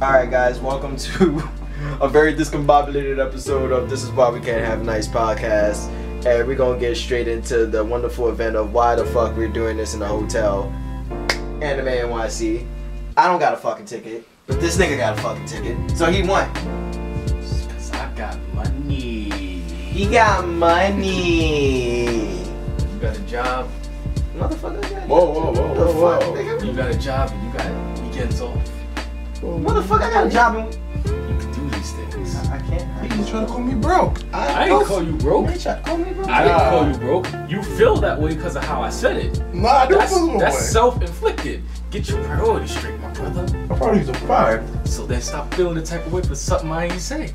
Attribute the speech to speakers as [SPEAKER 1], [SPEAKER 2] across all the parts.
[SPEAKER 1] Alright, guys, welcome to a very discombobulated episode of This Is Why We Can't Have Nice podcast. And we're gonna get straight into the wonderful event of why the fuck we're doing this in a hotel. Anime NYC. I don't got a fucking ticket, but this nigga got a fucking ticket. So he won.
[SPEAKER 2] Cause I got money.
[SPEAKER 1] He got money.
[SPEAKER 2] You got a job.
[SPEAKER 1] Motherfucker.
[SPEAKER 3] Whoa, whoa, whoa,
[SPEAKER 1] The
[SPEAKER 3] whoa,
[SPEAKER 1] fuck,
[SPEAKER 3] whoa.
[SPEAKER 1] nigga?
[SPEAKER 2] You got a job and you got weekends off.
[SPEAKER 1] Motherfucker, I got a job and.
[SPEAKER 2] You can do these things.
[SPEAKER 1] I can't.
[SPEAKER 3] He's trying to call me broke.
[SPEAKER 2] I didn't call you broke.
[SPEAKER 1] Call me, bro.
[SPEAKER 2] I didn't call you broke. You feel that way because of how I said it.
[SPEAKER 3] Nah, I don't
[SPEAKER 2] That's,
[SPEAKER 3] feel no way.
[SPEAKER 2] that's self-inflicted. Get your priorities straight, my brother.
[SPEAKER 3] I probably use a five.
[SPEAKER 2] So then stop feeling the type of way for something I ain't say.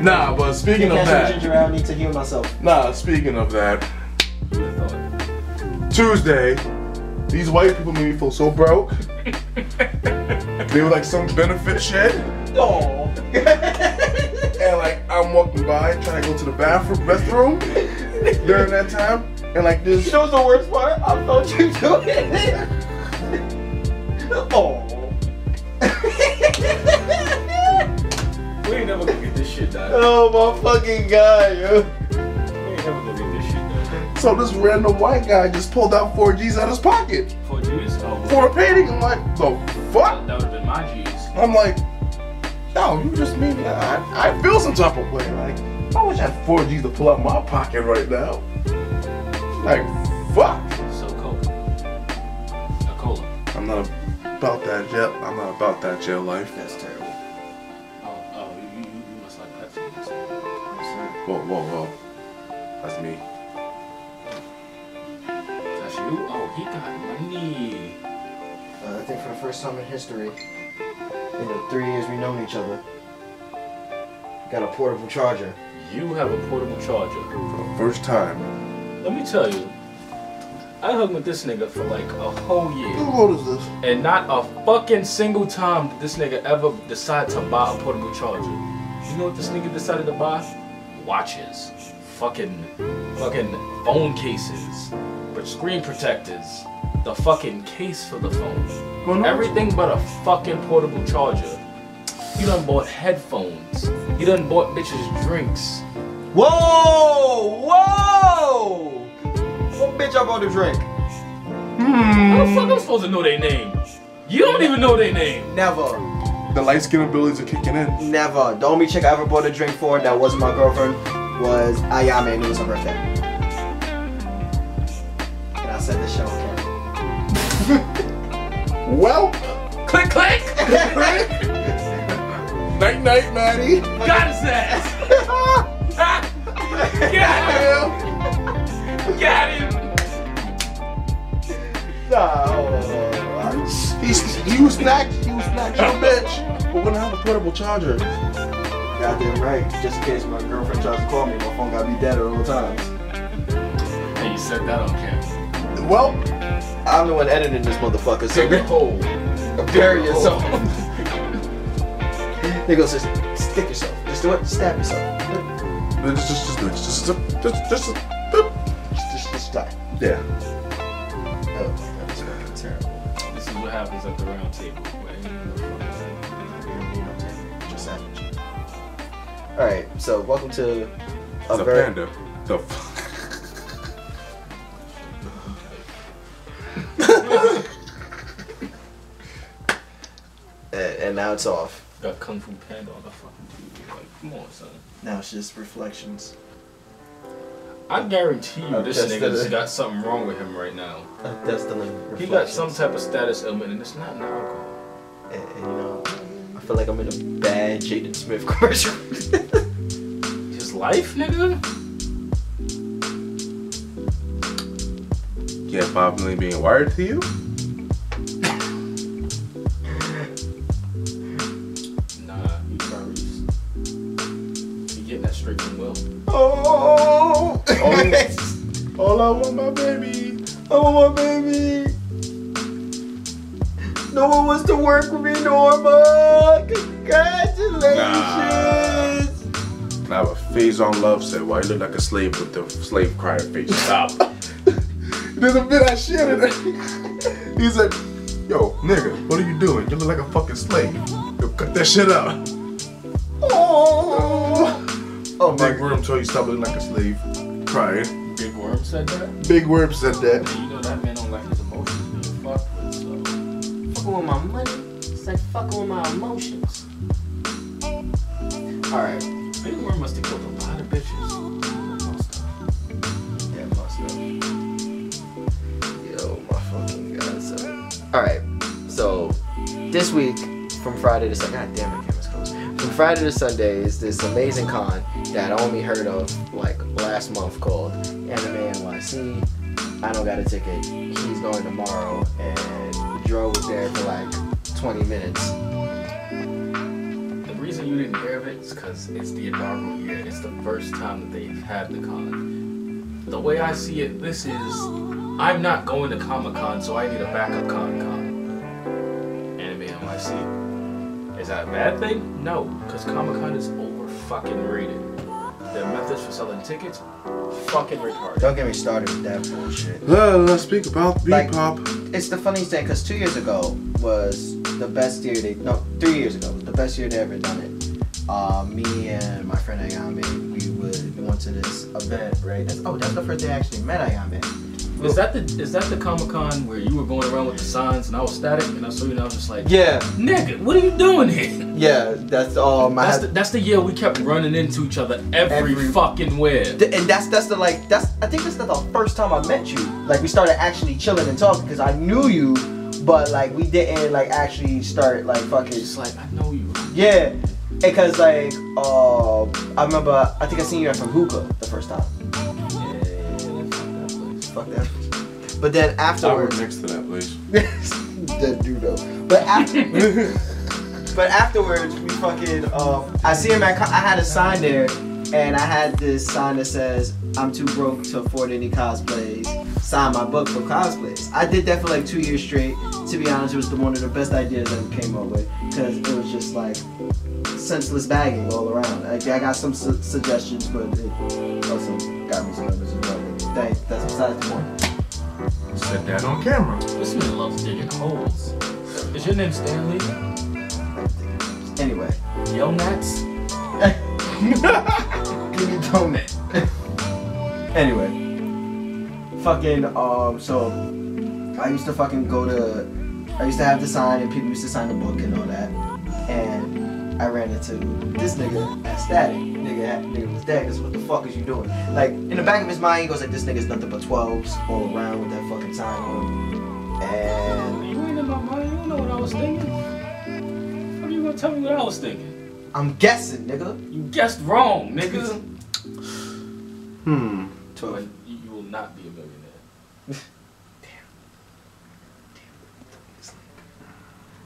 [SPEAKER 3] Nah, but speaking of
[SPEAKER 1] Can't catch
[SPEAKER 3] that,
[SPEAKER 1] ginger ale, I need to heal myself.
[SPEAKER 3] nah, speaking of that,
[SPEAKER 2] You would have thought.
[SPEAKER 3] Tuesday, these white people made me feel so broke. they were like some benefit shit,
[SPEAKER 1] Oh.
[SPEAKER 3] and like I'm walking by trying to go to the bathroom, restroom during that time, and like this.
[SPEAKER 1] You know what's the worst part? I thought you doing it. oh.
[SPEAKER 2] We ain't never gonna get this shit done.
[SPEAKER 1] oh my fucking god, yo.
[SPEAKER 2] We ain't never gonna get this shit done.
[SPEAKER 3] So this random white guy just pulled out four G's out of his pocket
[SPEAKER 2] For G's, oh,
[SPEAKER 3] for a painting. I'm like, the fuck?
[SPEAKER 2] that would have been my G's.
[SPEAKER 3] I'm like, no, you just mean I, I feel some type of way. Like, I wish I had four G's to pull out my pocket right now. Like, fuck.
[SPEAKER 2] So Coke. A cola.
[SPEAKER 3] I'm not about that jail. I'm not about that jail life.
[SPEAKER 1] That's terrible.
[SPEAKER 2] Oh, oh, you, you, you must like Pepsi.
[SPEAKER 3] Whoa, whoa, whoa. That's me.
[SPEAKER 2] That's you? Oh, he got money.
[SPEAKER 1] Uh, I think for the first time in history, in the three years we've known each other, got a portable charger.
[SPEAKER 2] You have a portable charger.
[SPEAKER 3] For the first time.
[SPEAKER 2] Let me tell you, I hung with this nigga for like a whole year.
[SPEAKER 3] old is this?
[SPEAKER 2] And not a fucking single time did this nigga ever decide to buy a portable charger. You know what this nigga decided to buy? Watches. Fucking, fucking phone cases. But screen protectors. The fucking case for the phone. Everything but a fucking portable charger. He done bought headphones. He done bought bitches drinks.
[SPEAKER 1] Whoa! Whoa! What bitch I bought a drink?
[SPEAKER 2] How the fuck I'm supposed to know their name? You don't even know their name.
[SPEAKER 1] Never.
[SPEAKER 3] The light skin abilities are kicking in.
[SPEAKER 1] Never. The only chick I ever bought a drink for that wasn't my girlfriend was Ayame, and it was her birthday. And I said this shit on camera.
[SPEAKER 3] Well,
[SPEAKER 2] Click click.
[SPEAKER 3] night night, Maddie.
[SPEAKER 2] Got his ass. Ah, Got
[SPEAKER 3] Yeah.
[SPEAKER 2] him. Got him.
[SPEAKER 1] No.
[SPEAKER 3] He's, you snacked, you snacked your bitch. We're gonna have a portable charger.
[SPEAKER 1] Goddamn right. Just in case my girlfriend tries to call me, my phone gotta be dead at all times.
[SPEAKER 2] Hey, you said that on camera.
[SPEAKER 3] Well,
[SPEAKER 1] I'm the one editing this motherfucker, so
[SPEAKER 2] Take a hole.
[SPEAKER 1] bury yourself. Nigga says, stick yourself. Just do it. Stab yourself.
[SPEAKER 3] just, just, just, just, just, just, just
[SPEAKER 1] Just, just, just die.
[SPEAKER 3] Yeah.
[SPEAKER 1] Oh my god, it's fucking terrible.
[SPEAKER 2] This is what happens at the round table.
[SPEAKER 1] Just savage. Alright, so welcome to a
[SPEAKER 3] It's a
[SPEAKER 1] very
[SPEAKER 3] panda. The fuck?
[SPEAKER 1] and, and now it's off.
[SPEAKER 2] Got Kung Fu Panda on the fucking TV. Like, come on, son.
[SPEAKER 1] Now it's just reflections.
[SPEAKER 2] I guarantee you
[SPEAKER 1] I'm
[SPEAKER 2] this
[SPEAKER 1] just
[SPEAKER 2] nigga's
[SPEAKER 1] gonna-
[SPEAKER 2] got something wrong with him right now.
[SPEAKER 1] That's the reflections.
[SPEAKER 2] He got some type of status ailment and it's not an alcohol.
[SPEAKER 1] And, and, you know, I feel like I'm in a bad Jaden Smith commercial.
[SPEAKER 2] His life, nigga?
[SPEAKER 3] Yeah, five million being wired to you?
[SPEAKER 2] Nah, he furries. He getting that straight from Will.
[SPEAKER 1] oh!
[SPEAKER 3] All I want my baby.
[SPEAKER 1] oh my baby! No one wants to work with me, Norma. Congratulations!
[SPEAKER 3] Now a phase on love said, why you look like a slave with the slave cry face? Stop. There's a bit I shared it. he said, yo, nigga, what are you doing? You look like a fucking slave. Yo, cut that shit out. Oh,
[SPEAKER 1] Oh my
[SPEAKER 3] Big
[SPEAKER 1] god.
[SPEAKER 3] Worm told you stop looking like a slave. Crying.
[SPEAKER 2] Big Worm said that.
[SPEAKER 3] Big Worm said that.
[SPEAKER 2] You know that man don't like his emotions being fucked with, so
[SPEAKER 4] Fucking with my money. It's like fucking with my emotions.
[SPEAKER 1] Alright.
[SPEAKER 2] Big Worm must have killed a lot of bitches. Most of them.
[SPEAKER 1] Yeah, myself. Yo, my fucking god. So, all right. So, this week from Friday to Sunday. God damn it, camera's closed. From Friday to Sunday is this amazing con that I only heard of like last month called Anime NYC. I don't got a ticket. He's going tomorrow, and Dro was there for like 20 minutes.
[SPEAKER 2] The reason you didn't hear of it is because it's the inaugural year. It's the first time that they've had the con. The way I see it, this is I'm not going to Comic Con, so I need a backup Con Con. Anime NYC. Is that a bad thing? No, because Comic Con is over fucking rated. Their methods for selling tickets, fucking retarded.
[SPEAKER 1] Don't get me started with that bullshit.
[SPEAKER 3] Let's speak about
[SPEAKER 1] Like-
[SPEAKER 3] Pop.
[SPEAKER 1] it's the funniest thing because two years ago was the best year they no three years ago the best year they ever done it. Uh, me and my friend Ayame, we would we went to this event right. That's, oh, that's the first day I actually met Ayame.
[SPEAKER 2] Is that the is that the Comic Con where you were going around with the signs and I was static and I saw you and I was just like,
[SPEAKER 1] Yeah,
[SPEAKER 2] nigga, what are you doing here?
[SPEAKER 1] yeah, that's all my.
[SPEAKER 2] That's the, that's the year we kept running into each other every,
[SPEAKER 1] Every-
[SPEAKER 2] fucking where.
[SPEAKER 1] Th- and that's that's the like that's I think that's the first time I met you. Like we started actually chilling and talking because I knew you, but like we didn't like actually start like fucking
[SPEAKER 2] Just like I know you.
[SPEAKER 1] Yeah, because like uh, I remember I think I seen you at Fahuka the first time. Fuck that. But then afterwards,
[SPEAKER 3] next to that place.
[SPEAKER 1] that dude though. But after, but afterwards we fucking. Uh, I see him at. co- I had a sign there, and I had this sign that says, "I'm too broke to afford any cosplays. Sign my book for cosplays." I did that for like two years straight. To be honest, it was the, one of the best ideas I ever came up with because it was just like senseless bagging all around. Like, I got some su- suggestions, but it also got me some numbers as well. But that, that's besides the point.
[SPEAKER 3] Said that on camera.
[SPEAKER 2] This man loves digging holes. Is your name Stanley?
[SPEAKER 1] Anyway,
[SPEAKER 2] Yo, Nats.
[SPEAKER 1] give me a donut. anyway, fucking um, so I used to fucking go to, I used to have the sign and people used to sign the book and all that, and I ran into this nigga at Static. Nigga, that nigga was dead. Cause what the fuck is you doing? Like in the back of his mind, he goes like, this nigga's nothing but twelves all around with that fucking sign on. And
[SPEAKER 2] You ain't in my mind. You don't know what I was thinking. How are you gonna tell me what I was thinking?
[SPEAKER 1] I'm guessing, nigga.
[SPEAKER 2] You guessed wrong, nigga.
[SPEAKER 3] Hmm.
[SPEAKER 2] But
[SPEAKER 1] Twelve.
[SPEAKER 2] you, you will not be a millionaire.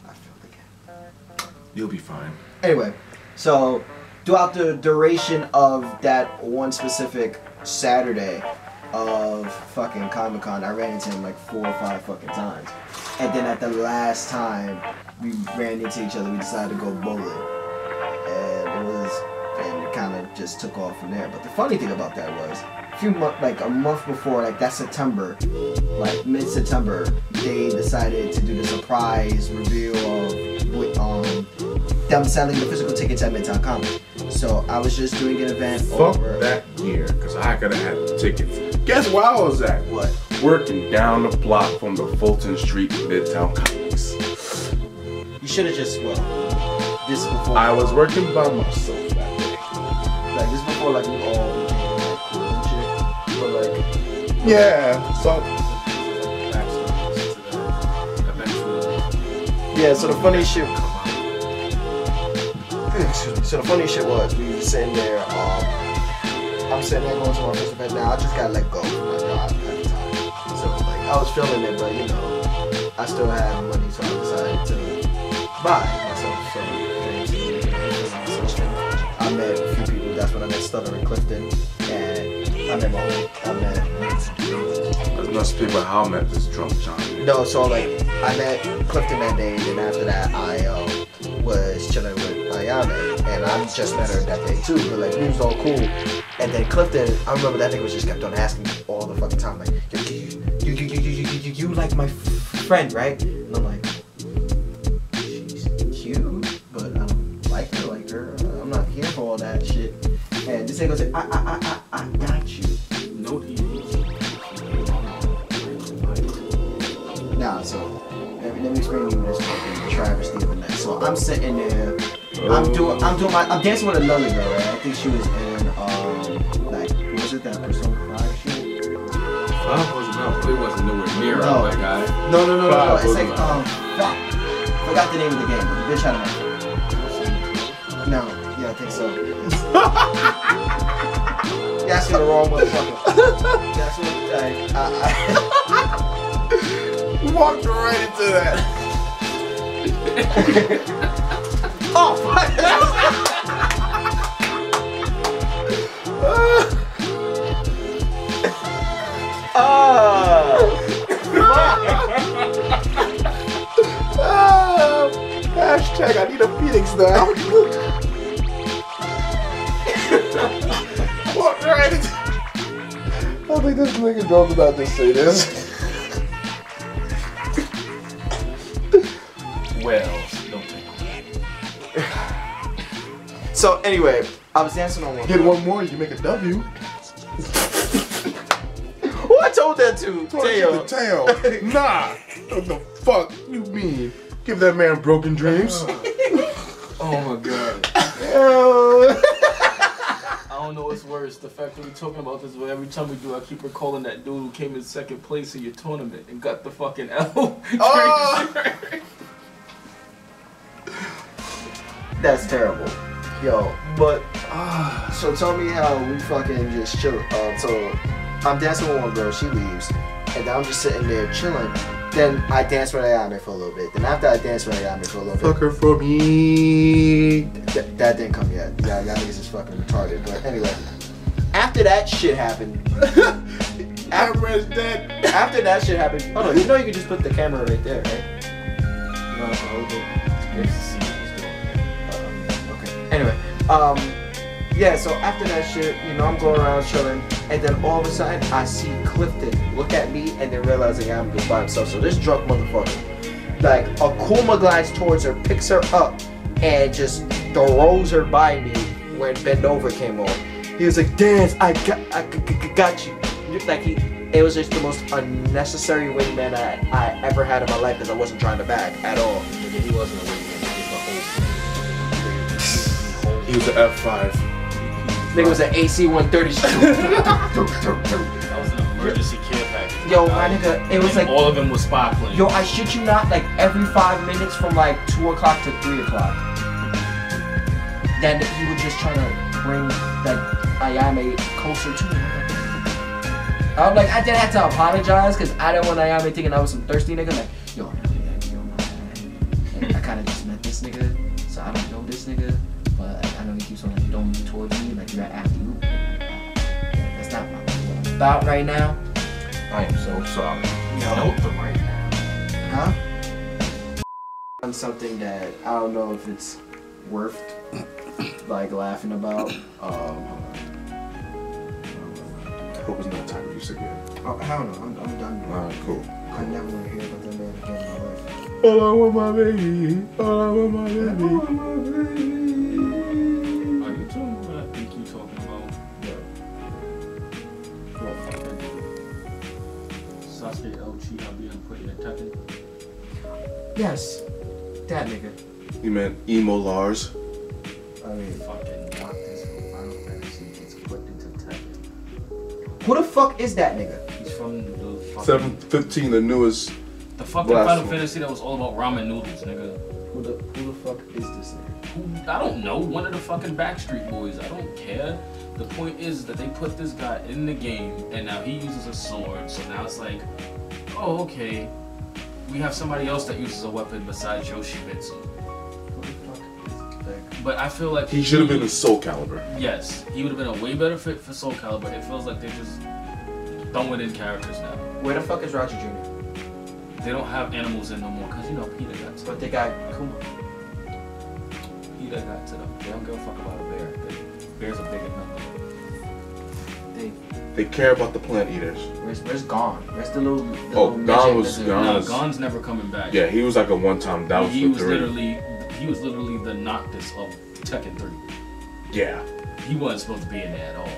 [SPEAKER 1] I feel the gap.
[SPEAKER 3] You'll be fine.
[SPEAKER 1] Anyway, so throughout the duration of that one specific Saturday of fucking Comic Con, I ran into him like four or five fucking times. And then at the last time we ran into each other, we decided to go bowling. And it was, and it kind of just took off from there. But the funny thing about that was, a few months, like a month before, like that September, like mid September, they decided to do the surprise reveal of with, um, them selling the physical tickets at Midtown Comic. So I was just doing an event
[SPEAKER 3] Fuck
[SPEAKER 1] over
[SPEAKER 3] that year, cause I could have had the tickets. Guess where I was at?
[SPEAKER 1] what?
[SPEAKER 3] Working down the block from the Fulton Street Midtown Comics.
[SPEAKER 1] You should have just well, this is before
[SPEAKER 3] I was working by myself. that day.
[SPEAKER 1] like this is before like we all became like cool and shit. But like
[SPEAKER 3] Yeah. So
[SPEAKER 2] Backstories to the eventual-
[SPEAKER 1] yeah, so the funny shit. So the funny shit was we were sitting there. Um, I'm sitting there going to my first event now. I just gotta let go of my job at the time. So like I was feeling it, but you know, I still had money, so I decided to buy myself some drinks. and some stuff. I met a few people. That's when I met Stutter and Clifton, and I met my I met
[SPEAKER 3] let's not speak about how I met this drunk John.
[SPEAKER 1] No, so like I met Clifton that day, and then after that I um, was chilling with Ayane, and I just met her that day too. But like we was all cool, and then Clifton, I remember that nigga was just kept on asking me all the fucking time, like, "Yo, you, you, you, you, you, you, you, you, you like my f- friend, right? And I'm like, And this nigga say, I, I, I, I, I got you.
[SPEAKER 2] No, he is.
[SPEAKER 1] Nah, so let me, let me explain to you this fucking travesty of a night. So I'm sitting there, I'm doing, I'm doing my, I'm dancing with a lovely girl, right? I think she was in, um, like, was it that Persona 5 shit?
[SPEAKER 2] Five was not. It wasn't nowhere near.
[SPEAKER 1] No.
[SPEAKER 2] Oh my god.
[SPEAKER 1] No, no, no, no, no.
[SPEAKER 2] Five
[SPEAKER 1] It's like,
[SPEAKER 2] Persona.
[SPEAKER 1] um, fuck. Forgot the name of the game, but the bitch had a No, yeah, I think so. yeah, I see the wrong motherfucker. That's what, like, I, I,
[SPEAKER 3] Walked right into that.
[SPEAKER 1] oh, fuck. Ah.
[SPEAKER 3] Ah, hashtag, I need a Phoenix now. Walked right into I don't think this nigga knows about to say this.
[SPEAKER 2] Well, don't take it.
[SPEAKER 1] So anyway, I was dancing on one.
[SPEAKER 3] Get one more, you make a W.
[SPEAKER 1] Who I told that to? Teo.
[SPEAKER 3] Tail. Tail. Nah. What the fuck you mean? Give that man broken dreams.
[SPEAKER 2] Oh my god.
[SPEAKER 3] Hell.
[SPEAKER 2] I don't know what's worse. The fact that we're talking about this, but every time we do, I keep recalling that dude who came in second place in your tournament and got the fucking L.
[SPEAKER 3] Oh.
[SPEAKER 1] That's terrible. Yo, but uh, so tell me how we fucking just chill. Uh, so I'm dancing with one girl, she leaves, and then I'm just sitting there chilling. Then I dance with Ayame for a little bit. Then after I dance with Ayame for a little bit,
[SPEAKER 3] Fuck her for me.
[SPEAKER 1] Th- that didn't come yet. Yeah, y'all niggas is fucking retarded. But anyway, after that shit happened,
[SPEAKER 3] That man's dead.
[SPEAKER 1] after that shit happened, hold on, you know you can just put the camera right there, right?
[SPEAKER 2] No, hold it. It's great to see what he's doing.
[SPEAKER 1] Okay. Anyway, um, yeah. So after that shit, you know, I'm going around chilling, and then all of a sudden, I see Clifton look at me, and then realizing I'm just by himself. So this drunk motherfucker, like, Akuma glides towards her, picks her up, and just throws her by me when Bend Over came on. He was like, "Dance, I got, I g- g- g- got you." Like he, it was just the most unnecessary wingman I, I ever had in my life because I wasn't trying to back at all.
[SPEAKER 2] Nigga, he wasn't a wingman. He was the whole
[SPEAKER 3] He was an F5.
[SPEAKER 1] Nigga it was an AC 130.
[SPEAKER 2] That was an emergency care package.
[SPEAKER 1] Yo, my nigga, it was
[SPEAKER 2] And
[SPEAKER 1] like,
[SPEAKER 2] all of them was spy planes.
[SPEAKER 1] yo, I shit you not, like every five minutes from like two o'clock to three o'clock. Then he was just trying to bring like Ayame closer to him. I'm like, I did have to apologize because I didn't want Ayame thinking I was some thirsty nigga. Like, yo, I really gotta get on my bad. Like, I kind of just met this nigga, so I don't know this nigga, but like, I know he keeps on like throwing you towards me, like you're after you. That's not what I'm about right now.
[SPEAKER 3] I am so sorry.
[SPEAKER 2] Nope, them right now.
[SPEAKER 1] Huh? On something that I don't know if it's worth like laughing about. Um,
[SPEAKER 3] I hope it's not time to use again.
[SPEAKER 1] oh, I don't know. I'm, I'm done.
[SPEAKER 3] Alright, cool.
[SPEAKER 1] I never want to hear about that man again in my life.
[SPEAKER 3] All I want my baby. All I want my baby.
[SPEAKER 2] Are you talking about what I think you talking about? Sasuke LG, I'll be on putting a Tekken.
[SPEAKER 1] Yes, that nigga.
[SPEAKER 3] You meant emo Lars.
[SPEAKER 1] I mean,
[SPEAKER 2] Fucking want this from Final Fantasy gets put into Tekken.
[SPEAKER 1] who the fuck is that nigga?
[SPEAKER 2] He's from the fucking.
[SPEAKER 3] 715, the newest.
[SPEAKER 2] The fucking
[SPEAKER 3] Blast
[SPEAKER 2] Final
[SPEAKER 3] him.
[SPEAKER 2] Fantasy that was all about ramen noodles, nigga.
[SPEAKER 1] Who the who the fuck is this nigga?
[SPEAKER 2] Who, I don't know. One of the fucking Backstreet Boys. I don't care. The point is that they put this guy in the game, and now he uses a sword. So now it's like, oh okay, we have somebody else that uses a weapon besides Yoshimitsu.
[SPEAKER 1] Who the fuck is that?
[SPEAKER 2] But I feel like
[SPEAKER 3] He should have been a Soul Caliber.
[SPEAKER 2] Yes, he would have been a way better fit for Soul Calibur. It feels like they're just throwing in characters now.
[SPEAKER 1] Where the fuck is Roger Jr.?
[SPEAKER 2] They don't have animals in no more because you know Peter got to
[SPEAKER 1] But they got Kuma.
[SPEAKER 2] Peter got to them. They don't give a fuck about a bear. They, bears are big enough.
[SPEAKER 1] They
[SPEAKER 3] They care about the plant eaters.
[SPEAKER 1] where's where's Gon? Where's the little? The
[SPEAKER 3] Oh,
[SPEAKER 1] little
[SPEAKER 3] Gon
[SPEAKER 1] midget
[SPEAKER 3] was
[SPEAKER 1] that's a-
[SPEAKER 3] Gon.
[SPEAKER 2] No,
[SPEAKER 3] Gon's-
[SPEAKER 2] Gon's never coming back.
[SPEAKER 3] Yeah, he was like a one time. That was
[SPEAKER 2] he
[SPEAKER 3] the
[SPEAKER 2] was
[SPEAKER 3] three.
[SPEAKER 2] literally he was literally the Noctis of Tekken 3.
[SPEAKER 3] Yeah.
[SPEAKER 5] He wasn't supposed to be in there at all.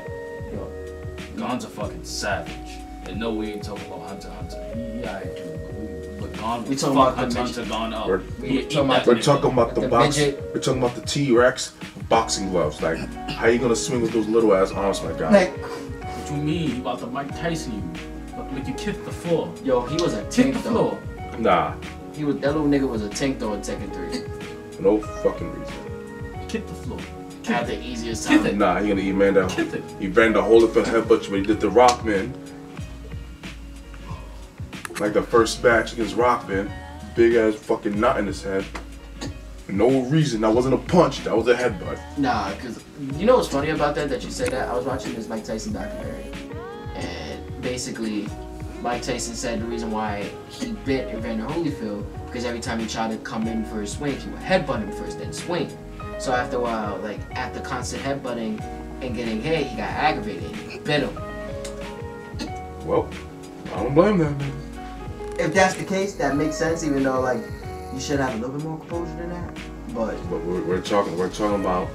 [SPEAKER 5] Yo, Gon's a fucking savage. And no, we ain't talking about Hunter x Hunter. He, he alright, dude. But Gon,
[SPEAKER 6] We
[SPEAKER 5] fuck
[SPEAKER 6] talking about the
[SPEAKER 5] Hunter
[SPEAKER 6] midget.
[SPEAKER 5] x Hunter Gon up.
[SPEAKER 3] We're-
[SPEAKER 5] He'd
[SPEAKER 1] we're
[SPEAKER 5] eat
[SPEAKER 1] talking
[SPEAKER 5] that
[SPEAKER 1] about-
[SPEAKER 3] We're
[SPEAKER 5] nigga.
[SPEAKER 3] talking about the,
[SPEAKER 1] The
[SPEAKER 3] box.
[SPEAKER 1] midget.
[SPEAKER 3] We're talking about the T Rex boxing gloves. Like, how you gonna swing with those little ass arms, my guy?
[SPEAKER 1] Like,
[SPEAKER 5] What you mean? He about to Mike Tyson you. About to make you kick the floor.
[SPEAKER 1] yo, he was a
[SPEAKER 5] Kick
[SPEAKER 1] tank
[SPEAKER 5] the floor.
[SPEAKER 1] though.
[SPEAKER 3] nah,
[SPEAKER 1] He was that little nigga was a tank though in Tekken 3.
[SPEAKER 3] no fucking reason.
[SPEAKER 5] Kick the floor.
[SPEAKER 1] I had the easiest
[SPEAKER 5] Get
[SPEAKER 1] time.
[SPEAKER 5] it.
[SPEAKER 3] Nah, he gonna eat man down.
[SPEAKER 5] Kick it.
[SPEAKER 3] He ran the whole of the headbutt when he did the Rockman. Like the first match against Rockman, big ass fucking knot in his head. No reason. That wasn't a punch. That was a headbutt.
[SPEAKER 1] Nah, cause you know what's funny about that that you said that? I was watching this Mike Tyson documentary. And basically Mike Tyson said the reason why he bit Evander Holyfield because every time he tried to come in for a swing, he would headbutt him first, then swing. So after a while, like after constant headbutting and getting hit, he got aggravated. He bit him.
[SPEAKER 3] Well, I don't blame that man.
[SPEAKER 1] if that's the case, that makes sense. Even though like you should have a little bit more composure than that. But
[SPEAKER 3] But we're, we're talking we're talking about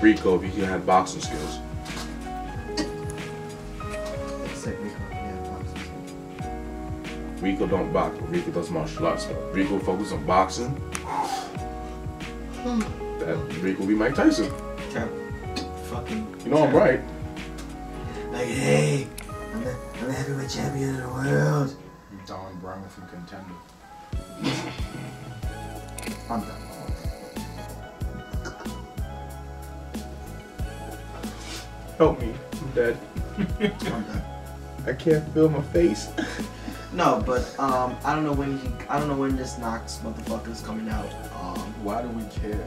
[SPEAKER 3] Rico if he had boxing skills. Rico don't box, but Rico does martial arts. Rico focus on boxing.
[SPEAKER 1] Hmm.
[SPEAKER 3] That Rico be Mike Tyson.
[SPEAKER 1] fucking.
[SPEAKER 3] You know I'm right.
[SPEAKER 1] Like hey, I'm the, I'm the heavyweight champion of the world.
[SPEAKER 2] Don Brown from Contender.
[SPEAKER 1] I'm done.
[SPEAKER 3] Help me, I'm dead.
[SPEAKER 1] I'm done.
[SPEAKER 3] I can't feel my face.
[SPEAKER 1] No, but um, I don't know when he, I don't know when this Knox motherfucker's coming out. Um,
[SPEAKER 2] Why do we care?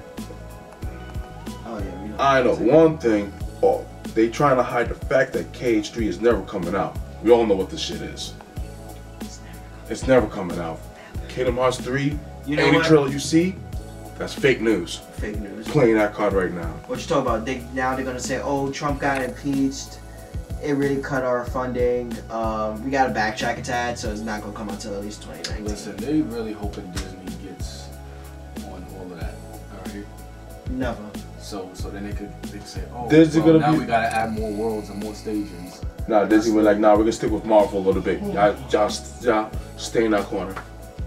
[SPEAKER 1] oh yeah, we don't.
[SPEAKER 3] I know one thing. Oh, they trying to hide the fact that KH3 is never coming out. We all know what this shit is. It's never coming out. Kingdom Hearts 3,
[SPEAKER 1] You know
[SPEAKER 3] any
[SPEAKER 1] what?
[SPEAKER 3] trailer you see, that's fake news.
[SPEAKER 1] Fake news.
[SPEAKER 3] Playing that card right now.
[SPEAKER 1] What you talking about? They now they're gonna say, oh, Trump got impeached. It really cut our funding. Um, we gotta backtrack a tad, so it's not gonna come out till at least 2019.
[SPEAKER 2] Listen, they really hoping Disney gets on all of that. Alright?
[SPEAKER 1] Never.
[SPEAKER 2] So so then they could they could say, oh
[SPEAKER 3] Disney
[SPEAKER 2] well,
[SPEAKER 3] gonna
[SPEAKER 2] now
[SPEAKER 3] be-
[SPEAKER 2] we gotta add more worlds and more stages.
[SPEAKER 3] Nah, Disney was like, nah, we're gonna stick with Marvel a little bit. Y'all, y'all, y'all stay in that corner.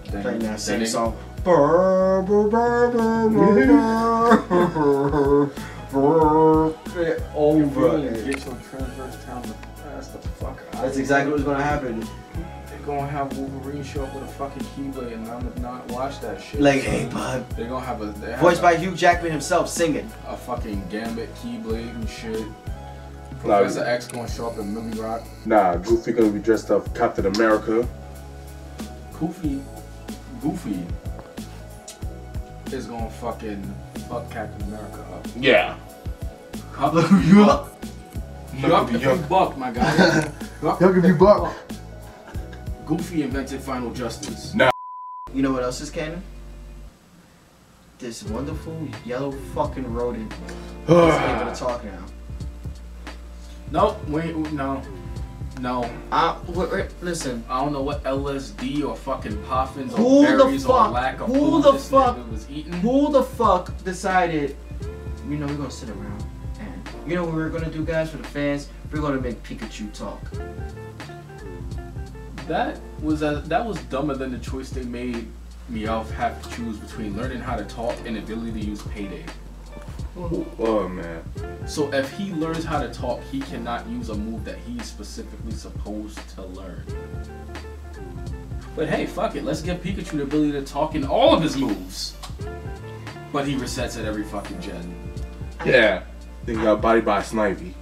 [SPEAKER 2] Then,
[SPEAKER 1] Playing that
[SPEAKER 2] then
[SPEAKER 1] same
[SPEAKER 2] they-
[SPEAKER 1] song. Brr, brr, brr, brr, brr, brr, brr, brr,
[SPEAKER 2] You really
[SPEAKER 1] Over.
[SPEAKER 2] Get your transverse town to pass the fuck out.
[SPEAKER 1] That's exactly what's gonna happen.
[SPEAKER 2] They're gonna have Wolverine show up with a fucking keyblade and I'm gonna not watch that shit.
[SPEAKER 1] Like,
[SPEAKER 2] so
[SPEAKER 1] hey, bud.
[SPEAKER 2] They're gonna have a they have
[SPEAKER 1] Voiced
[SPEAKER 2] a,
[SPEAKER 1] by Hugh Jackman himself singing.
[SPEAKER 2] a fucking gambit keyblade and shit.
[SPEAKER 3] Nah,
[SPEAKER 2] Professor X gonna show up in Millie Rock.
[SPEAKER 3] nah, Goofy gonna be dressed up Captain America.
[SPEAKER 2] Goofy, Goofy is gonna fucking fuck Captain America up.
[SPEAKER 3] Yeah.
[SPEAKER 2] How the you up? You
[SPEAKER 3] Yuck,
[SPEAKER 2] up if you
[SPEAKER 3] yuck.
[SPEAKER 2] buck, my guy. You up
[SPEAKER 3] Yuck if you buck.
[SPEAKER 2] Goofy invented Final Justice.
[SPEAKER 1] You know what else is canon? This wonderful yellow fucking rodent is able to talk now.
[SPEAKER 2] No, wait, no, no.
[SPEAKER 1] Uh, wait, wait, listen.
[SPEAKER 2] I don't know what LSD or fucking poffins
[SPEAKER 1] Who
[SPEAKER 2] or
[SPEAKER 1] the
[SPEAKER 2] berries
[SPEAKER 1] fuck-
[SPEAKER 2] or lack of
[SPEAKER 1] who
[SPEAKER 2] food
[SPEAKER 1] the
[SPEAKER 2] this
[SPEAKER 1] fuck-
[SPEAKER 2] nigga was eating.
[SPEAKER 1] Who the fuck decided, you know, we're gonna sit around and, you know what we're gonna do, guys, for the fans? We're gonna make Pikachu talk.
[SPEAKER 2] That was a, that was dumber than the choice they made Meowth have to choose between learning how to talk and ability to use payday.
[SPEAKER 3] Oh man.
[SPEAKER 2] So if he learns how to talk, he cannot use a move that he's specifically supposed to learn. But hey, fuck it. Let's give Pikachu the ability to talk in all of his moves. But he resets at every fucking gen.
[SPEAKER 3] Yeah. Then you got body by Snivy.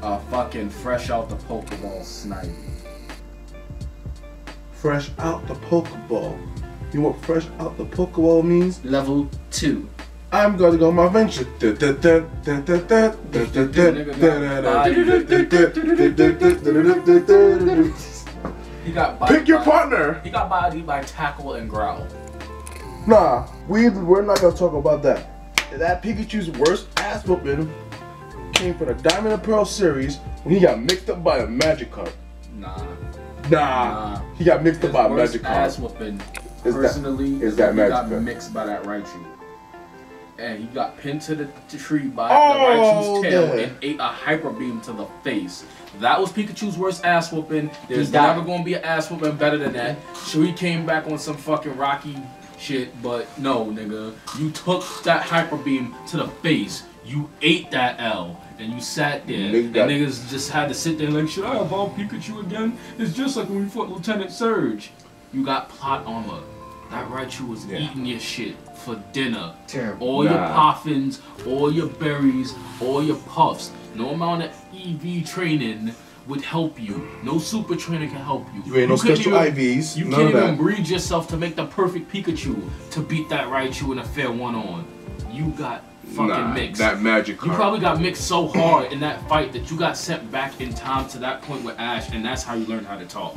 [SPEAKER 2] Uh, fucking fresh out the Pokeball snipe.
[SPEAKER 3] Fresh out the Pokeball. You know what fresh out the Pokeball means?
[SPEAKER 1] Level two.
[SPEAKER 3] I'm gonna go on my venture. Dun, dun, dun, dun, dun, dun, dun, dun, dun, dun, dun, dun, dun, dun, dun, dun, dun, dun, dun, dun.
[SPEAKER 2] He got bodied
[SPEAKER 3] Pick your
[SPEAKER 2] by-
[SPEAKER 3] partner.
[SPEAKER 2] He got bodied by tackle and growl.
[SPEAKER 3] Nah, we we're not gonna talk about that. That Pikachu's worst ass whooping came from the Diamond and Pearl series when he got mixed up by a Magikarp.
[SPEAKER 2] Nah.
[SPEAKER 3] Nah,
[SPEAKER 2] Nah.
[SPEAKER 3] he got mixed
[SPEAKER 2] His
[SPEAKER 3] up by a
[SPEAKER 2] worst ass
[SPEAKER 3] Magikarp.
[SPEAKER 2] whooping
[SPEAKER 3] Is that-
[SPEAKER 2] personally
[SPEAKER 3] is that
[SPEAKER 2] he got
[SPEAKER 3] Magikarp?
[SPEAKER 2] mixed by that Raichu. and he got pinned to the t- tree by
[SPEAKER 3] Oh,
[SPEAKER 2] the Raichu's tail
[SPEAKER 3] yeah.
[SPEAKER 2] and ate a hyper beam to the face. That was Pikachu's worst ass whooping. There's
[SPEAKER 7] He died.
[SPEAKER 2] never gonna be an ass whooping better than that. So he came back on some fucking rocky shit, but no, nigga. You took that hyper beam to the face. You ate that L. And you sat there.
[SPEAKER 3] Nigga
[SPEAKER 2] and
[SPEAKER 3] got-
[SPEAKER 2] niggas just had to sit there like, should I evolve Pikachu again? It's just like when we fought Lieutenant Surge. You got plot armor. That Raichu was
[SPEAKER 3] Yeah.
[SPEAKER 2] eating your shit for dinner.
[SPEAKER 7] Terrible.
[SPEAKER 2] All your
[SPEAKER 3] Nah.
[SPEAKER 2] poffins, all your berries, all your puffs. No amount of EV training would help you. No super trainer can help you.
[SPEAKER 3] You ain't no
[SPEAKER 2] couldn't
[SPEAKER 3] special
[SPEAKER 2] even-
[SPEAKER 3] IVs.
[SPEAKER 2] You
[SPEAKER 3] none
[SPEAKER 2] can't
[SPEAKER 3] of that.
[SPEAKER 2] even breed yourself to make the perfect Pikachu to beat that Raichu in a fair one-on. You got fucking
[SPEAKER 3] nah,
[SPEAKER 2] mixed.
[SPEAKER 3] That magic
[SPEAKER 2] You probably got mixed so hard in that fight that you got sent back in time to that point with Ash, and that's how you learned how to talk.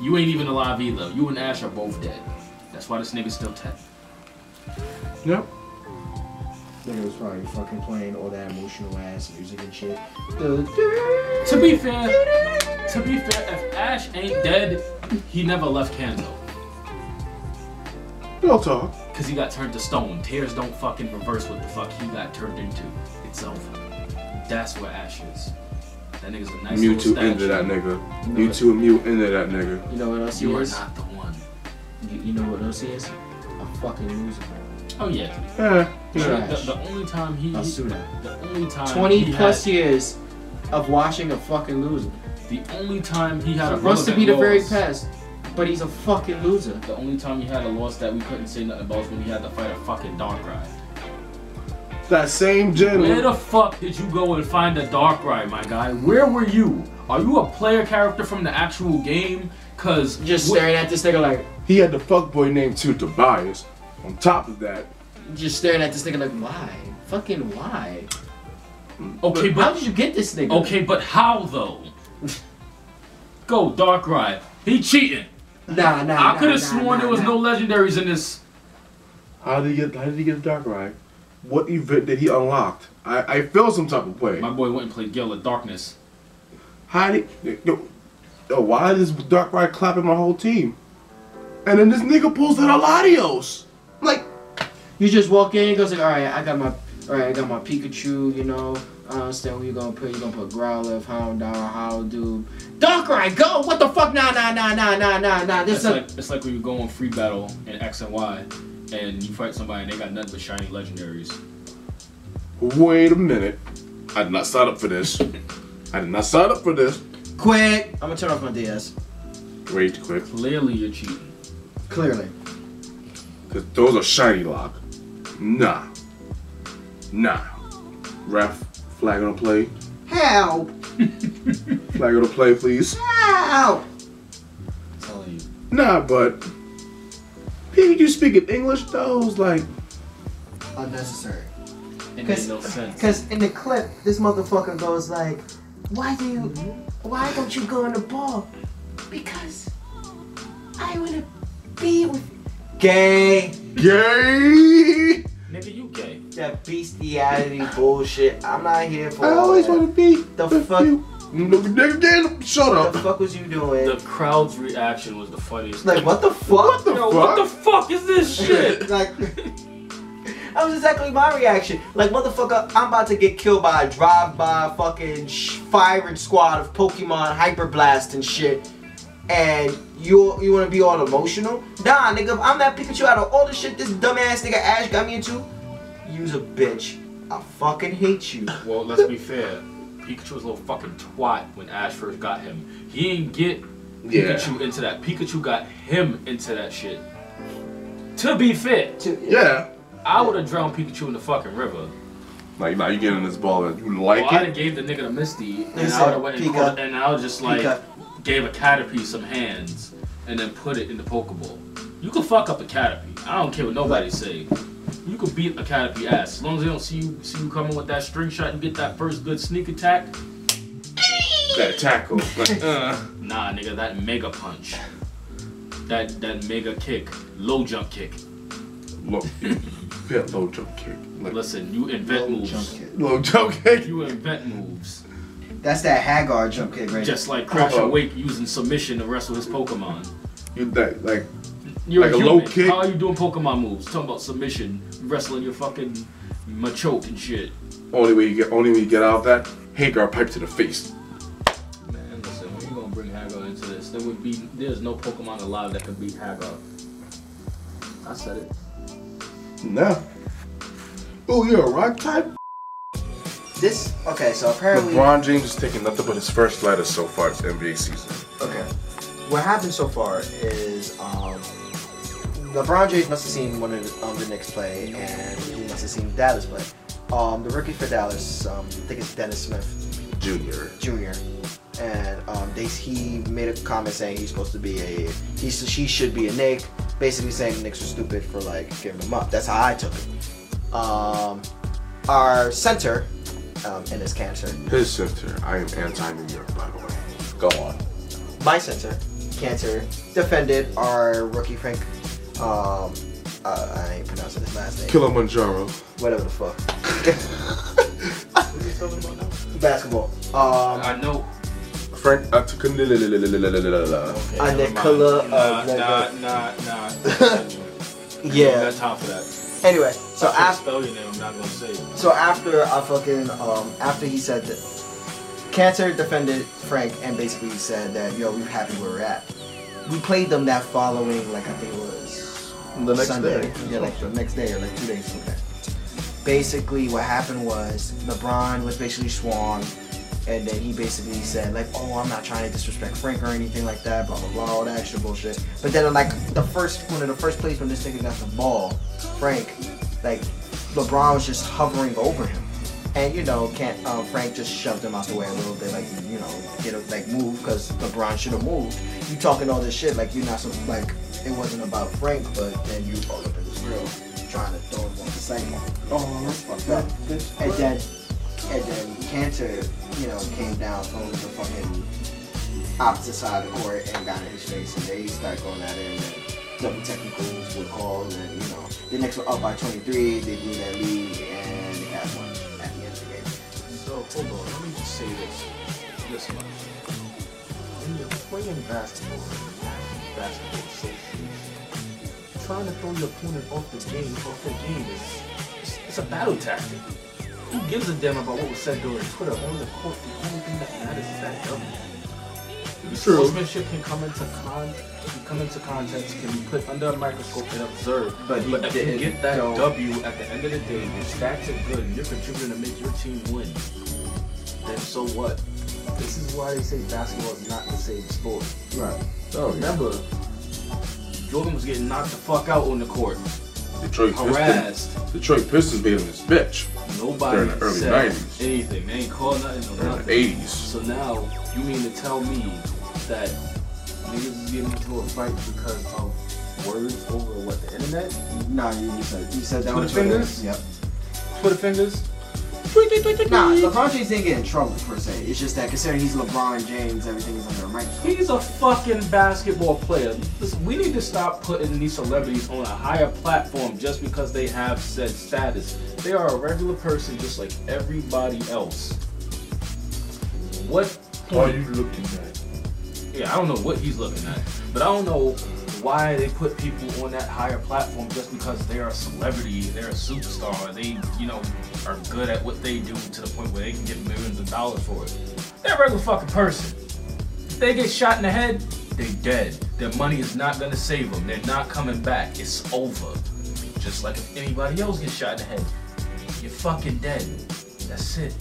[SPEAKER 2] You ain't even alive either. You and Ash are both dead. That's why this nigga's still ten.
[SPEAKER 3] Yep.
[SPEAKER 7] Nigga was probably fucking playing all that emotional ass music and shit.
[SPEAKER 2] To be fair, to be fair, if Ash ain't dead, he never left Kanto.
[SPEAKER 3] They'll talk.
[SPEAKER 2] Cause he got turned to stone. Tears don't fucking reverse what the fuck he got turned into itself. That's where Ash is. That nigga's a nice little
[SPEAKER 3] Mewtwo
[SPEAKER 2] statue.
[SPEAKER 3] into that nigga.
[SPEAKER 7] You know
[SPEAKER 3] Mewtwo and Mew into that nigga.
[SPEAKER 7] You know what else he
[SPEAKER 2] You are
[SPEAKER 7] is?
[SPEAKER 2] not the one.
[SPEAKER 7] You, you know what else he is? A fucking loser.
[SPEAKER 2] Oh yeah.
[SPEAKER 3] Eh,
[SPEAKER 7] Yeah.
[SPEAKER 2] The, the only time he
[SPEAKER 7] A pseudo.
[SPEAKER 2] The only time
[SPEAKER 7] 20
[SPEAKER 2] he
[SPEAKER 7] plus
[SPEAKER 2] had,
[SPEAKER 7] years of watching a fucking loser.
[SPEAKER 2] The only time he had a
[SPEAKER 7] Supposed to
[SPEAKER 2] relevant
[SPEAKER 7] be the very
[SPEAKER 2] loss-
[SPEAKER 7] best, but he's a fucking loser.
[SPEAKER 2] The only time he had a loss that we couldn't say nothing about was when he had to fight a fucking Darkrai.
[SPEAKER 3] That same
[SPEAKER 2] Where
[SPEAKER 3] gentleman.
[SPEAKER 2] the fuck did you go and find a Darkrai, my guy? Where were you? Are you a player character from the actual game? Cause
[SPEAKER 7] Just
[SPEAKER 2] wh-
[SPEAKER 7] staring at this nigga like,
[SPEAKER 3] He had the fuckboy name too, Tobias. On top of that,
[SPEAKER 7] just staring at this nigga like, why? Fucking why?
[SPEAKER 2] Okay,
[SPEAKER 7] How
[SPEAKER 2] but
[SPEAKER 7] did you get this nigga?
[SPEAKER 2] okay, but how though? go Darkrai. He cheating.
[SPEAKER 7] Nah, nah.
[SPEAKER 2] I
[SPEAKER 7] nah,
[SPEAKER 2] could have
[SPEAKER 7] nah,
[SPEAKER 2] sworn
[SPEAKER 7] nah,
[SPEAKER 2] there was
[SPEAKER 7] nah.
[SPEAKER 2] no legendaries in this.
[SPEAKER 3] how did he get how did he get a dark ride? What event did he unlocked? I, I feel some type of way.
[SPEAKER 2] My boy went and played Gale of Darkness.
[SPEAKER 3] How did yo, yo, why is Dark Ride clapping my whole team? And then this nigga pulls out Aladios. Like,
[SPEAKER 7] You just walk in and goes like, all right, I got my, all right, I got my Pikachu. You know, I understand where you gonna put. You gonna put Growlithe, Houndour, Howdoom, Darkrai. Go. What the fuck? Nah, nah, nah, nah, nah, nah, nah. This
[SPEAKER 2] It's
[SPEAKER 7] is
[SPEAKER 2] like it's like when you go on free battle in X and Y, and you fight somebody and they got nothing but shiny legendaries.
[SPEAKER 3] wait a minute. I did not sign up for this. I did not sign up for this.
[SPEAKER 7] quick. I'm gonna turn off my DS.
[SPEAKER 3] Rage quit.
[SPEAKER 2] Clearly, you're cheating.
[SPEAKER 7] Clearly.
[SPEAKER 3] Cause those are shiny lock. Nah. Nah. Ref, flag on the play.
[SPEAKER 7] Help!
[SPEAKER 3] Flag on the play, please.
[SPEAKER 7] Help!
[SPEAKER 2] I'm telling you.
[SPEAKER 3] Nah, but Pikachu speaking English though was like
[SPEAKER 7] Unnecessary.
[SPEAKER 2] It made
[SPEAKER 7] Cause-
[SPEAKER 2] no sense.
[SPEAKER 7] Cause in the clip, this motherfucker goes like, "Why do you? Why don't you go in the ball? Because I wanna be with." Gay.
[SPEAKER 3] gay.
[SPEAKER 2] Nigga, you gay.
[SPEAKER 1] That bestiality bullshit. I'm not here for
[SPEAKER 3] I
[SPEAKER 1] all
[SPEAKER 3] always
[SPEAKER 1] that.
[SPEAKER 3] want to be
[SPEAKER 1] The fuck-
[SPEAKER 3] you. No, nigga, damn, Shut
[SPEAKER 1] What
[SPEAKER 3] up.
[SPEAKER 1] the fuck was you doing?
[SPEAKER 2] The crowd's reaction was the funniest.
[SPEAKER 1] like, what the fuck?
[SPEAKER 3] What the
[SPEAKER 2] Yo,
[SPEAKER 3] fuck?
[SPEAKER 2] what the fuck is this shit?
[SPEAKER 1] like, that was exactly my reaction. Like, motherfucker, I'm about to get killed by a drive-by fucking sh- firing squad of Pokemon Hyper Blast and shit. And you you want to be all emotional? Nah, nigga, if I'm that Pikachu out of all the shit this dumbass nigga Ash got me into, you's a bitch. I fucking hate you.
[SPEAKER 2] well, let's be fair. Pikachu was a little fucking twat when Ash first got him. He didn't get
[SPEAKER 3] Yeah.
[SPEAKER 2] Pikachu into that. Pikachu got him into that shit. To be fair,
[SPEAKER 3] Yeah.
[SPEAKER 2] I would have drowned Pikachu in the fucking river.
[SPEAKER 3] Like, nah, you get in this ball and you like
[SPEAKER 2] Well, I'd
[SPEAKER 3] it.
[SPEAKER 2] have gave the nigga the Misty, and
[SPEAKER 1] Listen,
[SPEAKER 2] I would have went and,
[SPEAKER 1] Pika.
[SPEAKER 2] called, and I would just like
[SPEAKER 1] Pika.
[SPEAKER 2] gave a Caterpie some hands, and then put it in the Pokeball. You can fuck up a Caterpie. I don't care what nobody say. You can beat a Caterpie ass as long as they don't see you see you coming with that string shot and get that first good sneak attack.
[SPEAKER 3] That tackle. Like, uh.
[SPEAKER 2] Nah, nigga, that mega punch, that that mega kick, low jump kick.
[SPEAKER 3] Look. Yeah, low jump kick. Like,
[SPEAKER 2] Listen, you invent moves.
[SPEAKER 1] kick.
[SPEAKER 3] low jump kick.
[SPEAKER 2] You invent moves.
[SPEAKER 1] That's that Hagar jump kick right
[SPEAKER 2] Just like Crash
[SPEAKER 3] Combo.
[SPEAKER 2] Awake using submission to wrestle his Pokemon.
[SPEAKER 3] You that like
[SPEAKER 2] You're
[SPEAKER 3] Like
[SPEAKER 2] a
[SPEAKER 3] a
[SPEAKER 2] human.
[SPEAKER 3] low kick?
[SPEAKER 2] How are you doing Pokemon moves? Talking about submission, you wrestling your fucking Machoke and shit.
[SPEAKER 3] Only way you get only way you get out of that, Hagar pipe to the face.
[SPEAKER 2] Man, listen, when you gonna bring Hagar into this, there would be there's no Pokemon alive that could beat Hagar. I said it.
[SPEAKER 3] Nah. Oh, you're a rock type?
[SPEAKER 1] This okay, so apparently
[SPEAKER 3] LeBron James is taking nothing but his first letter so far this NBA season.
[SPEAKER 1] Okay. What happened so far is um, LeBron James must have seen one of the, um, the Knicks play, and he must have seen Dallas play. Um, the rookie for Dallas, um, I think it's Dennis Smith
[SPEAKER 3] Junior.
[SPEAKER 1] Jr. And um, they, he made a comment saying he's supposed to be a he she should be a Nick, basically saying the Knicks were stupid for like giving him up. That's how I took it. Um, our center, um, and his cancer,
[SPEAKER 3] His center. I am anti-New York, by the way. Go on.
[SPEAKER 1] my center, Cantor, defended our rookie Frank. Um, uh, I ain't pronouncing his last name.
[SPEAKER 3] Kilimanjaro.
[SPEAKER 1] Whatever the fuck. Basketball. Um,
[SPEAKER 2] I know.
[SPEAKER 3] Frank Atakun.
[SPEAKER 2] Okay,
[SPEAKER 1] Uh,
[SPEAKER 2] never
[SPEAKER 1] Nicola,
[SPEAKER 2] mind.
[SPEAKER 1] uh,
[SPEAKER 2] Nah, nah,
[SPEAKER 1] Nicola.
[SPEAKER 2] nah, nah.
[SPEAKER 1] yeah.
[SPEAKER 2] That's time for that.
[SPEAKER 1] Anyway, so
[SPEAKER 2] I couldn't
[SPEAKER 1] after
[SPEAKER 2] spell your name. I'm not gonna say it.
[SPEAKER 1] so after I fucking um after he said that, Cantor defended Frank and basically said that yo we happy where we're at. We played them that following like I think it was
[SPEAKER 3] The next
[SPEAKER 1] Sunday.
[SPEAKER 3] day.
[SPEAKER 1] Yeah, like the next day or like two days from that. Basically, what happened was LeBron was basically swan, and then he basically said like, "Oh, I'm not trying to disrespect Frank or anything like that." Blah blah blah, all that extra bullshit. But then, like the first one of the first plays when this nigga got the ball, Frank, like LeBron was just hovering over him, and you know, can't uh, Frank just shoved him out the way a little bit, like you know, get a, like move because LeBron should have moved. You talking all this shit like you're not so like it wasn't about Frank, but then you all up in this grill trying to throw him on the sidewalk.
[SPEAKER 3] Oh, that's fucked up.
[SPEAKER 1] And then, and then Cantor, you know, came down from the fucking opposite side of the court and got in his face, and they started going at it, and then double technicals were called, and you know, the Knicks were up by 23, they blew that lead, and they had one at the end of the game.
[SPEAKER 2] So hold on, let me just say this. This much. When you're playing basketball, basketball association, trying to throw your opponent off the game, off their game is it's, it's a battle tactic. Who gives a damn about what was said during Twitter on the court? The only thing that matters is that W. Sportsmanship can come into con, can come into context, can be put under a microscope and observed.
[SPEAKER 1] But he
[SPEAKER 2] but if you
[SPEAKER 1] didn't,
[SPEAKER 2] get that
[SPEAKER 1] though.
[SPEAKER 2] W at the end of the day, your stats are good, and you're contributing to make your team win. Then so what? This is why they say basketball is not the same sport.
[SPEAKER 1] Right.
[SPEAKER 3] Oh, yeah.
[SPEAKER 2] Remember, Jordan was getting knocked the fuck out on the court,
[SPEAKER 3] Detroit Pistons.
[SPEAKER 2] harassed.
[SPEAKER 3] Detroit Pistons made him this bitch.
[SPEAKER 2] Nobody
[SPEAKER 3] During the early
[SPEAKER 2] said
[SPEAKER 3] 90s.
[SPEAKER 2] anything. They ain't called nothing or
[SPEAKER 3] They're in
[SPEAKER 2] nothing.
[SPEAKER 3] the 80s.
[SPEAKER 2] So now you mean to tell me that niggas is getting into a fight because of words over what the internet?
[SPEAKER 1] No, you, you said you said that
[SPEAKER 2] Twitter
[SPEAKER 1] was Twitter.
[SPEAKER 2] fingers?
[SPEAKER 1] Yep.
[SPEAKER 2] Twitter fingers?
[SPEAKER 1] Nah, LeBron James didn't get in trouble per se. It's just that considering he's LeBron James, everything is under a microscope.
[SPEAKER 2] He's a fucking basketball player. Listen, we need to stop putting these celebrities on a higher platform just because they have said status. They are a regular person just like everybody else. What
[SPEAKER 3] Why
[SPEAKER 2] point?
[SPEAKER 3] looking at?
[SPEAKER 2] Yeah, I don't know what he's looking at, but I don't know why they put people on that higher platform just because they're a celebrity, they're a superstar, they you know are good at what they do to the point where they can get millions of dollars for it. They're a regular fucking person. If they get shot in the head, they dead. Their money is not gonna save them. They're not coming back. It's over. Just like if anybody else gets shot in the head, you're fucking dead. That's it.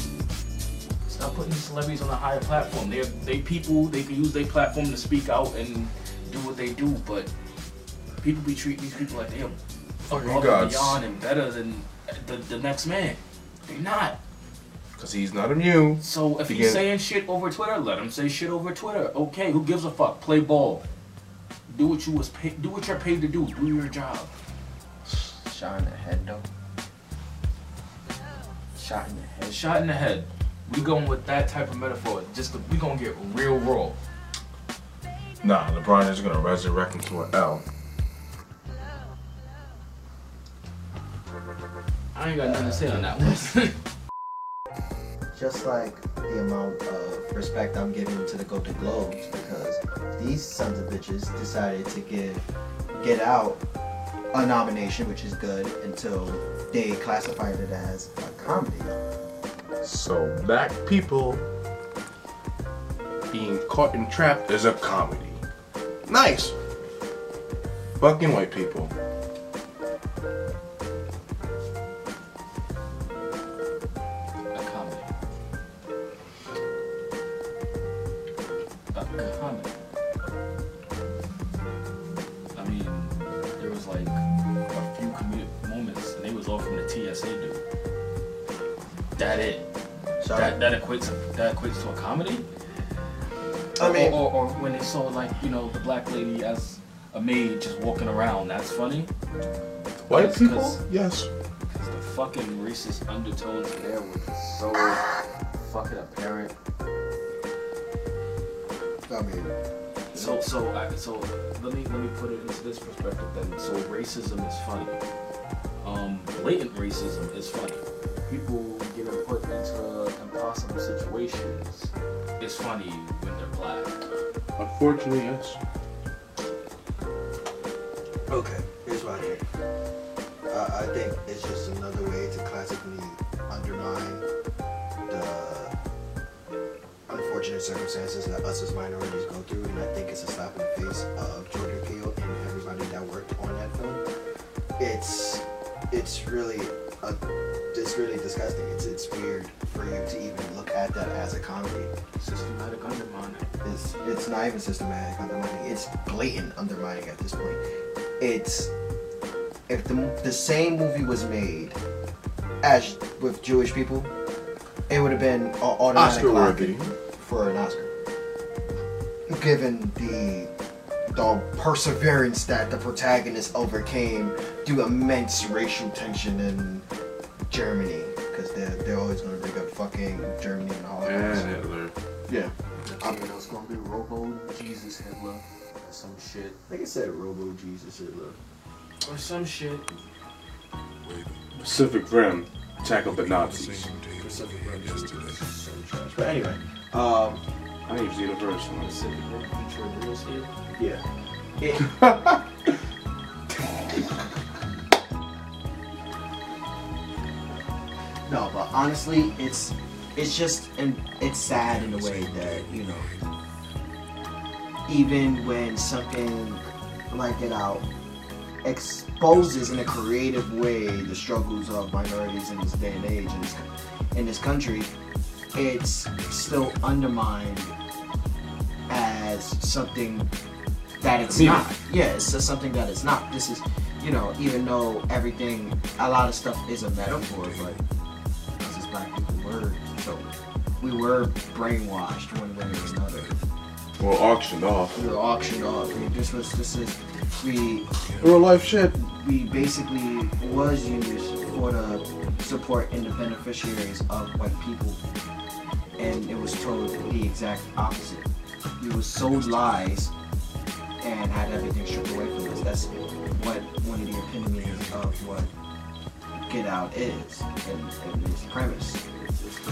[SPEAKER 2] Stop putting these celebrities on a higher platform. They're they people. They can use their platform to speak out and do what they do, but people be treating these people like they are fucking
[SPEAKER 3] Fucking
[SPEAKER 2] above and
[SPEAKER 3] gods.
[SPEAKER 2] beyond and better than the, the next man. They're not.
[SPEAKER 3] Because he's not immune.
[SPEAKER 2] So if
[SPEAKER 3] Yeah.
[SPEAKER 2] he's saying shit over Twitter, let him say shit over Twitter. Okay, who gives a fuck? Play ball. Do what you was paid. Do what you're paid to do. Do your job.
[SPEAKER 1] Shot in the head though. Shot in the head.
[SPEAKER 2] Shot in the head. We going with that type of metaphor. Just we gonna get real raw.
[SPEAKER 3] Nah, LeBron is gonna resurrect him to an L.
[SPEAKER 2] I ain't got nothing to say on that one.
[SPEAKER 1] just like the amount of respect I'm giving to the Golden Globes because these sons of bitches decided to give Get Out a nomination, which is good until they classified it as a comedy.
[SPEAKER 3] So black people being caught and trapped is a comedy. Nice. Fucking white people.
[SPEAKER 8] A comedy. A comedy. I mean, there was like a few comedic moments, and they was all from the TSA dude. That it.
[SPEAKER 1] So
[SPEAKER 8] That that equates that equates to a comedy.
[SPEAKER 1] I mean,
[SPEAKER 8] or, or, or when they saw like you know the black lady as a maid just walking around. That's funny.
[SPEAKER 3] White
[SPEAKER 8] Yes,
[SPEAKER 3] people?
[SPEAKER 8] 'cause-
[SPEAKER 3] Yes.
[SPEAKER 8] Cause the fucking racist undertones there was so fucking apparent.
[SPEAKER 1] I mean,
[SPEAKER 8] So so I, so let me let me put it into this perspective then. So racism is funny. Um, blatant racism is funny. People getting put into impossible situations is funny when they're black.
[SPEAKER 3] Unfortunately, yes.
[SPEAKER 1] Okay, here's what I think. Uh, I think it's just another way to classically undermine the unfortunate circumstances that us as minorities go through, and I think it's a slap in the face of Jordan Peele and everybody that worked on that film. It's it's really a, it's really disgusting. It's it's weird for you to even look at that as a comedy.
[SPEAKER 8] Systematic undermining.
[SPEAKER 1] It's it's not even systematic undermining. It's blatant undermining at this point. It's if the the same movie was made as with Jewish people, it would have been a- automatic
[SPEAKER 3] Oscar
[SPEAKER 1] lock
[SPEAKER 3] worthy.
[SPEAKER 1] for an Oscar. Given the the perseverance that the protagonist overcame through immense racial tension in Germany, because they're, they're always going to bring up fucking Germany and all that.
[SPEAKER 3] And Hitler.
[SPEAKER 1] I'm-
[SPEAKER 2] You know, it's gonna be Robo Jesus Hitler or some shit.
[SPEAKER 1] Like I said, Robo Jesus is love.
[SPEAKER 8] Or some shit.
[SPEAKER 3] Pacific Rim. Attack of the Nazis.
[SPEAKER 1] But anyway, um,
[SPEAKER 3] I need to see the first one.
[SPEAKER 8] Pacific Rim feature reels here.
[SPEAKER 1] yeah. no, but honestly, it's it's just and it's sad in a way that you know, even when something like Get Out exposes in a creative way the struggles of minorities in this day and age in this, co- in this country, it's still undermined as something that it's
[SPEAKER 2] Comedic.
[SPEAKER 1] not. Yeah, it's just something that it's not. This is, you know, even though everything, a lot of stuff is a metaphor, but this is black people were so we were brainwashed one way or another.
[SPEAKER 3] Well, auctioned off.
[SPEAKER 1] We were auctioned off. I mean, this was this is we
[SPEAKER 3] Real life shit.
[SPEAKER 1] we basically was used for the support and the beneficiaries of white people, and it was told the exact opposite. We were sold lies and had everything stripped away from us. That's what one of the epitomes of what Get Out is and, and its premise.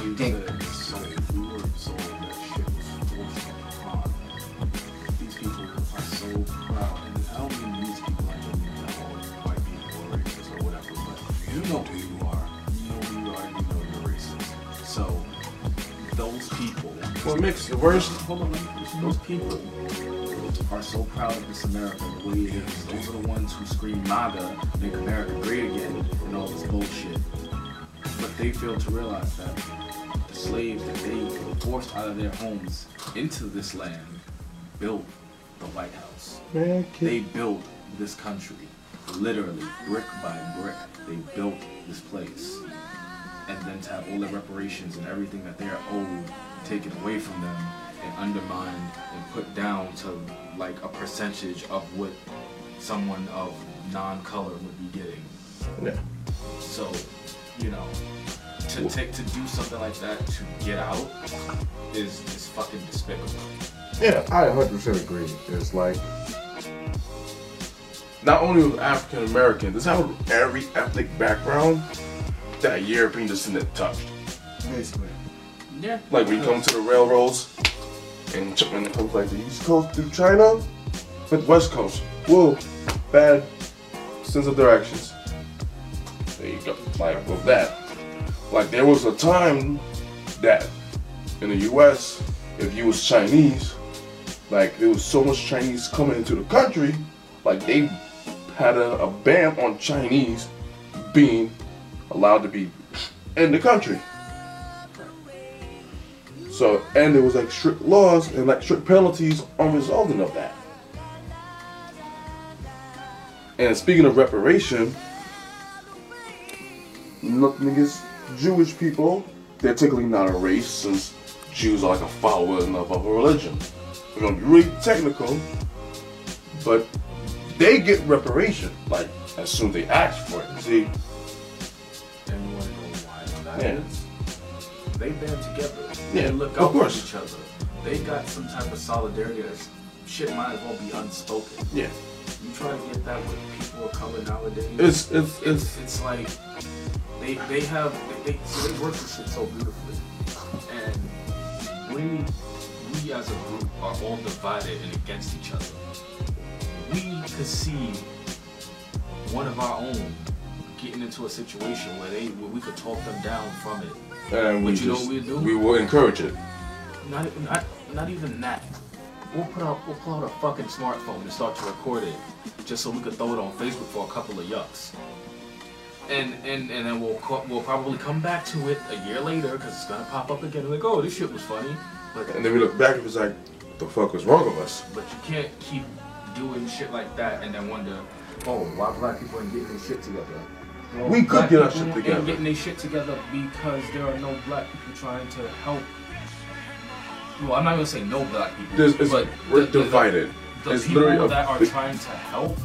[SPEAKER 2] You
[SPEAKER 1] Dang.
[SPEAKER 2] said sold. We were sold that shit was forced upon. us. These people are so proud, and I don't mean these people. I don't mean that all white people are racist or whatever. But you know who you are. You know who you are. and You know you're racist. So those people.
[SPEAKER 3] What makes the worst?
[SPEAKER 2] Hold on, let me finish. those people are so proud of this America the way it is. Those are the ones who scream MAGA, make America great again, and all this bullshit. But they fail to realize that the slaves that they were forced out of their homes into this land built the White House.
[SPEAKER 3] Man,
[SPEAKER 2] They built this country. Literally, brick by brick, they built this place. And then to have all the reparations and everything that they are owed taken away from them and undermined and put down to like a percentage of what someone of non color would be getting.
[SPEAKER 3] Yeah.
[SPEAKER 2] So, you know, to take to do something like that to get out is, is fucking despicable.
[SPEAKER 3] Yeah, I 100% agree. It's like not only with African American, this happened with every ethnic background that European descendant touched.
[SPEAKER 1] Basically,
[SPEAKER 2] Yeah.
[SPEAKER 3] Like when you come to the railroads and ch- when it comes like the East Coast through China, but West Coast, whoa, bad sense of their actions. There you go. Like with that. Like there was a time that in the US, if you was Chinese, like there was so much Chinese coming into the country, like they had a, a ban on Chinese being allowed to be in the country. So and there was like strict laws and like strict penalties on resulting of that. And speaking of reparation, look niggas, Jewish people, they're technically not a race since Jews are like a follower of a religion. We're gonna be really technical, but they get reparation, like as soon as they ask for it. See,
[SPEAKER 2] And you want to know why that
[SPEAKER 3] Yeah.
[SPEAKER 2] is? They band together.
[SPEAKER 3] Yeah,
[SPEAKER 2] They look
[SPEAKER 3] of
[SPEAKER 2] out for
[SPEAKER 3] course.
[SPEAKER 2] each other. They got some type of solidarity. That's, shit might as well be unspoken.
[SPEAKER 3] yeah,
[SPEAKER 2] You try to get that with people of color nowadays.
[SPEAKER 3] it's it's
[SPEAKER 2] it's,
[SPEAKER 3] it's
[SPEAKER 2] it's like they they have they, they, so they work this shit so beautifully, and we we as a group are all divided and against each other. We could see one of our own getting into a situation where they where we could talk them down from it.
[SPEAKER 3] and we
[SPEAKER 2] But you know
[SPEAKER 3] just
[SPEAKER 2] what we do?
[SPEAKER 3] we will encourage it.
[SPEAKER 2] Not not not even that. We'll put out we'll pull out a fucking smartphone and start to record it, just so we could throw it on Facebook for a couple of yucks. And and and then we'll co- we'll probably come back to it a year later because it's gonna pop up again. Like oh this shit was funny, but
[SPEAKER 3] And then we look back and it's like, what the fuck was wrong with us?
[SPEAKER 2] but you can't keep doing shit like that and then wonder oh why black people ain't getting their shit together. Well,
[SPEAKER 3] We
[SPEAKER 2] black
[SPEAKER 3] could get our
[SPEAKER 2] people
[SPEAKER 3] shit
[SPEAKER 2] ain't
[SPEAKER 3] together.
[SPEAKER 2] Getting their shit together because there are no black people trying to help. Well, I'm not gonna say no black people,
[SPEAKER 3] There's, it's,
[SPEAKER 2] but
[SPEAKER 3] we're
[SPEAKER 2] the- the-
[SPEAKER 3] divided.
[SPEAKER 2] the
[SPEAKER 3] it's
[SPEAKER 2] people
[SPEAKER 3] literally a,
[SPEAKER 2] that are
[SPEAKER 3] big-
[SPEAKER 2] trying to help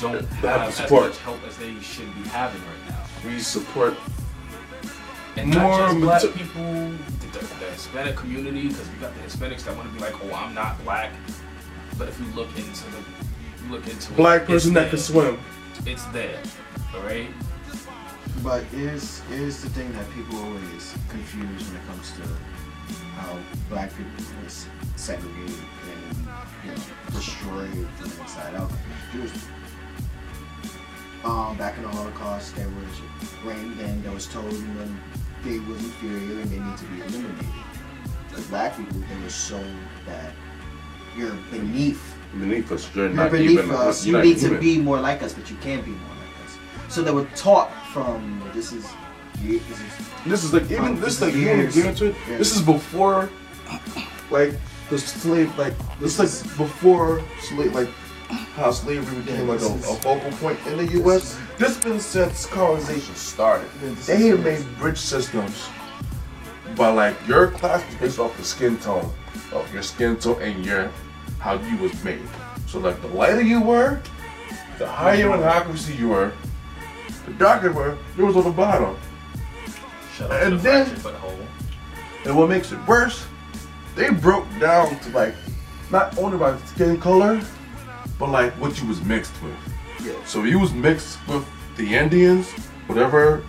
[SPEAKER 2] don't
[SPEAKER 3] They
[SPEAKER 2] have
[SPEAKER 3] have the
[SPEAKER 2] as
[SPEAKER 3] support.
[SPEAKER 2] much help as they should be having right now.
[SPEAKER 3] we support.
[SPEAKER 2] And
[SPEAKER 3] More
[SPEAKER 2] not just black
[SPEAKER 3] mater-
[SPEAKER 2] people, the, the, the Hispanic community, because we got the Hispanics that want to be like, oh, I'm not black. But if you look into the, you look into it,
[SPEAKER 3] Black
[SPEAKER 2] it's
[SPEAKER 3] person that can
[SPEAKER 2] there.
[SPEAKER 3] swim.
[SPEAKER 2] it's there, all right.
[SPEAKER 1] But here's here's the thing that people always confuse when it comes to how black people was segregated and you know, destroyed from the inside out. Jews. Um, back in the Holocaust, there was reigned and there was told you know, they was inferior and they need to be eliminated. Like black people, they were so that you're beneath
[SPEAKER 3] Beneath us, you're
[SPEAKER 1] you're
[SPEAKER 3] not
[SPEAKER 1] beneath
[SPEAKER 3] even.
[SPEAKER 1] us. You
[SPEAKER 3] you're not
[SPEAKER 1] need to
[SPEAKER 3] human.
[SPEAKER 1] be more like us, but you can't be more like us. So they were taught from this is ye- this is
[SPEAKER 3] This is like even this like you want
[SPEAKER 1] Years.
[SPEAKER 3] to get into it.
[SPEAKER 1] Yeah.
[SPEAKER 3] This is before, like the slave like this is like before slave like how slavery became like a, a focal point in the U.S. This been since colonization started. They had made bridge systems by like your class was based off the skin tone of your skin tone and your how you was made. So like the lighter you were, the higher in hypocrisy you were, the darker you were, you was on the bottom.
[SPEAKER 2] Shut up,
[SPEAKER 3] And
[SPEAKER 2] and
[SPEAKER 3] then-
[SPEAKER 2] then, butthole.
[SPEAKER 3] And what makes it worse, they broke down to like not only by skin color, but like what you was mixed with.
[SPEAKER 1] Yeah.
[SPEAKER 3] So you was mixed with the Indians, whatever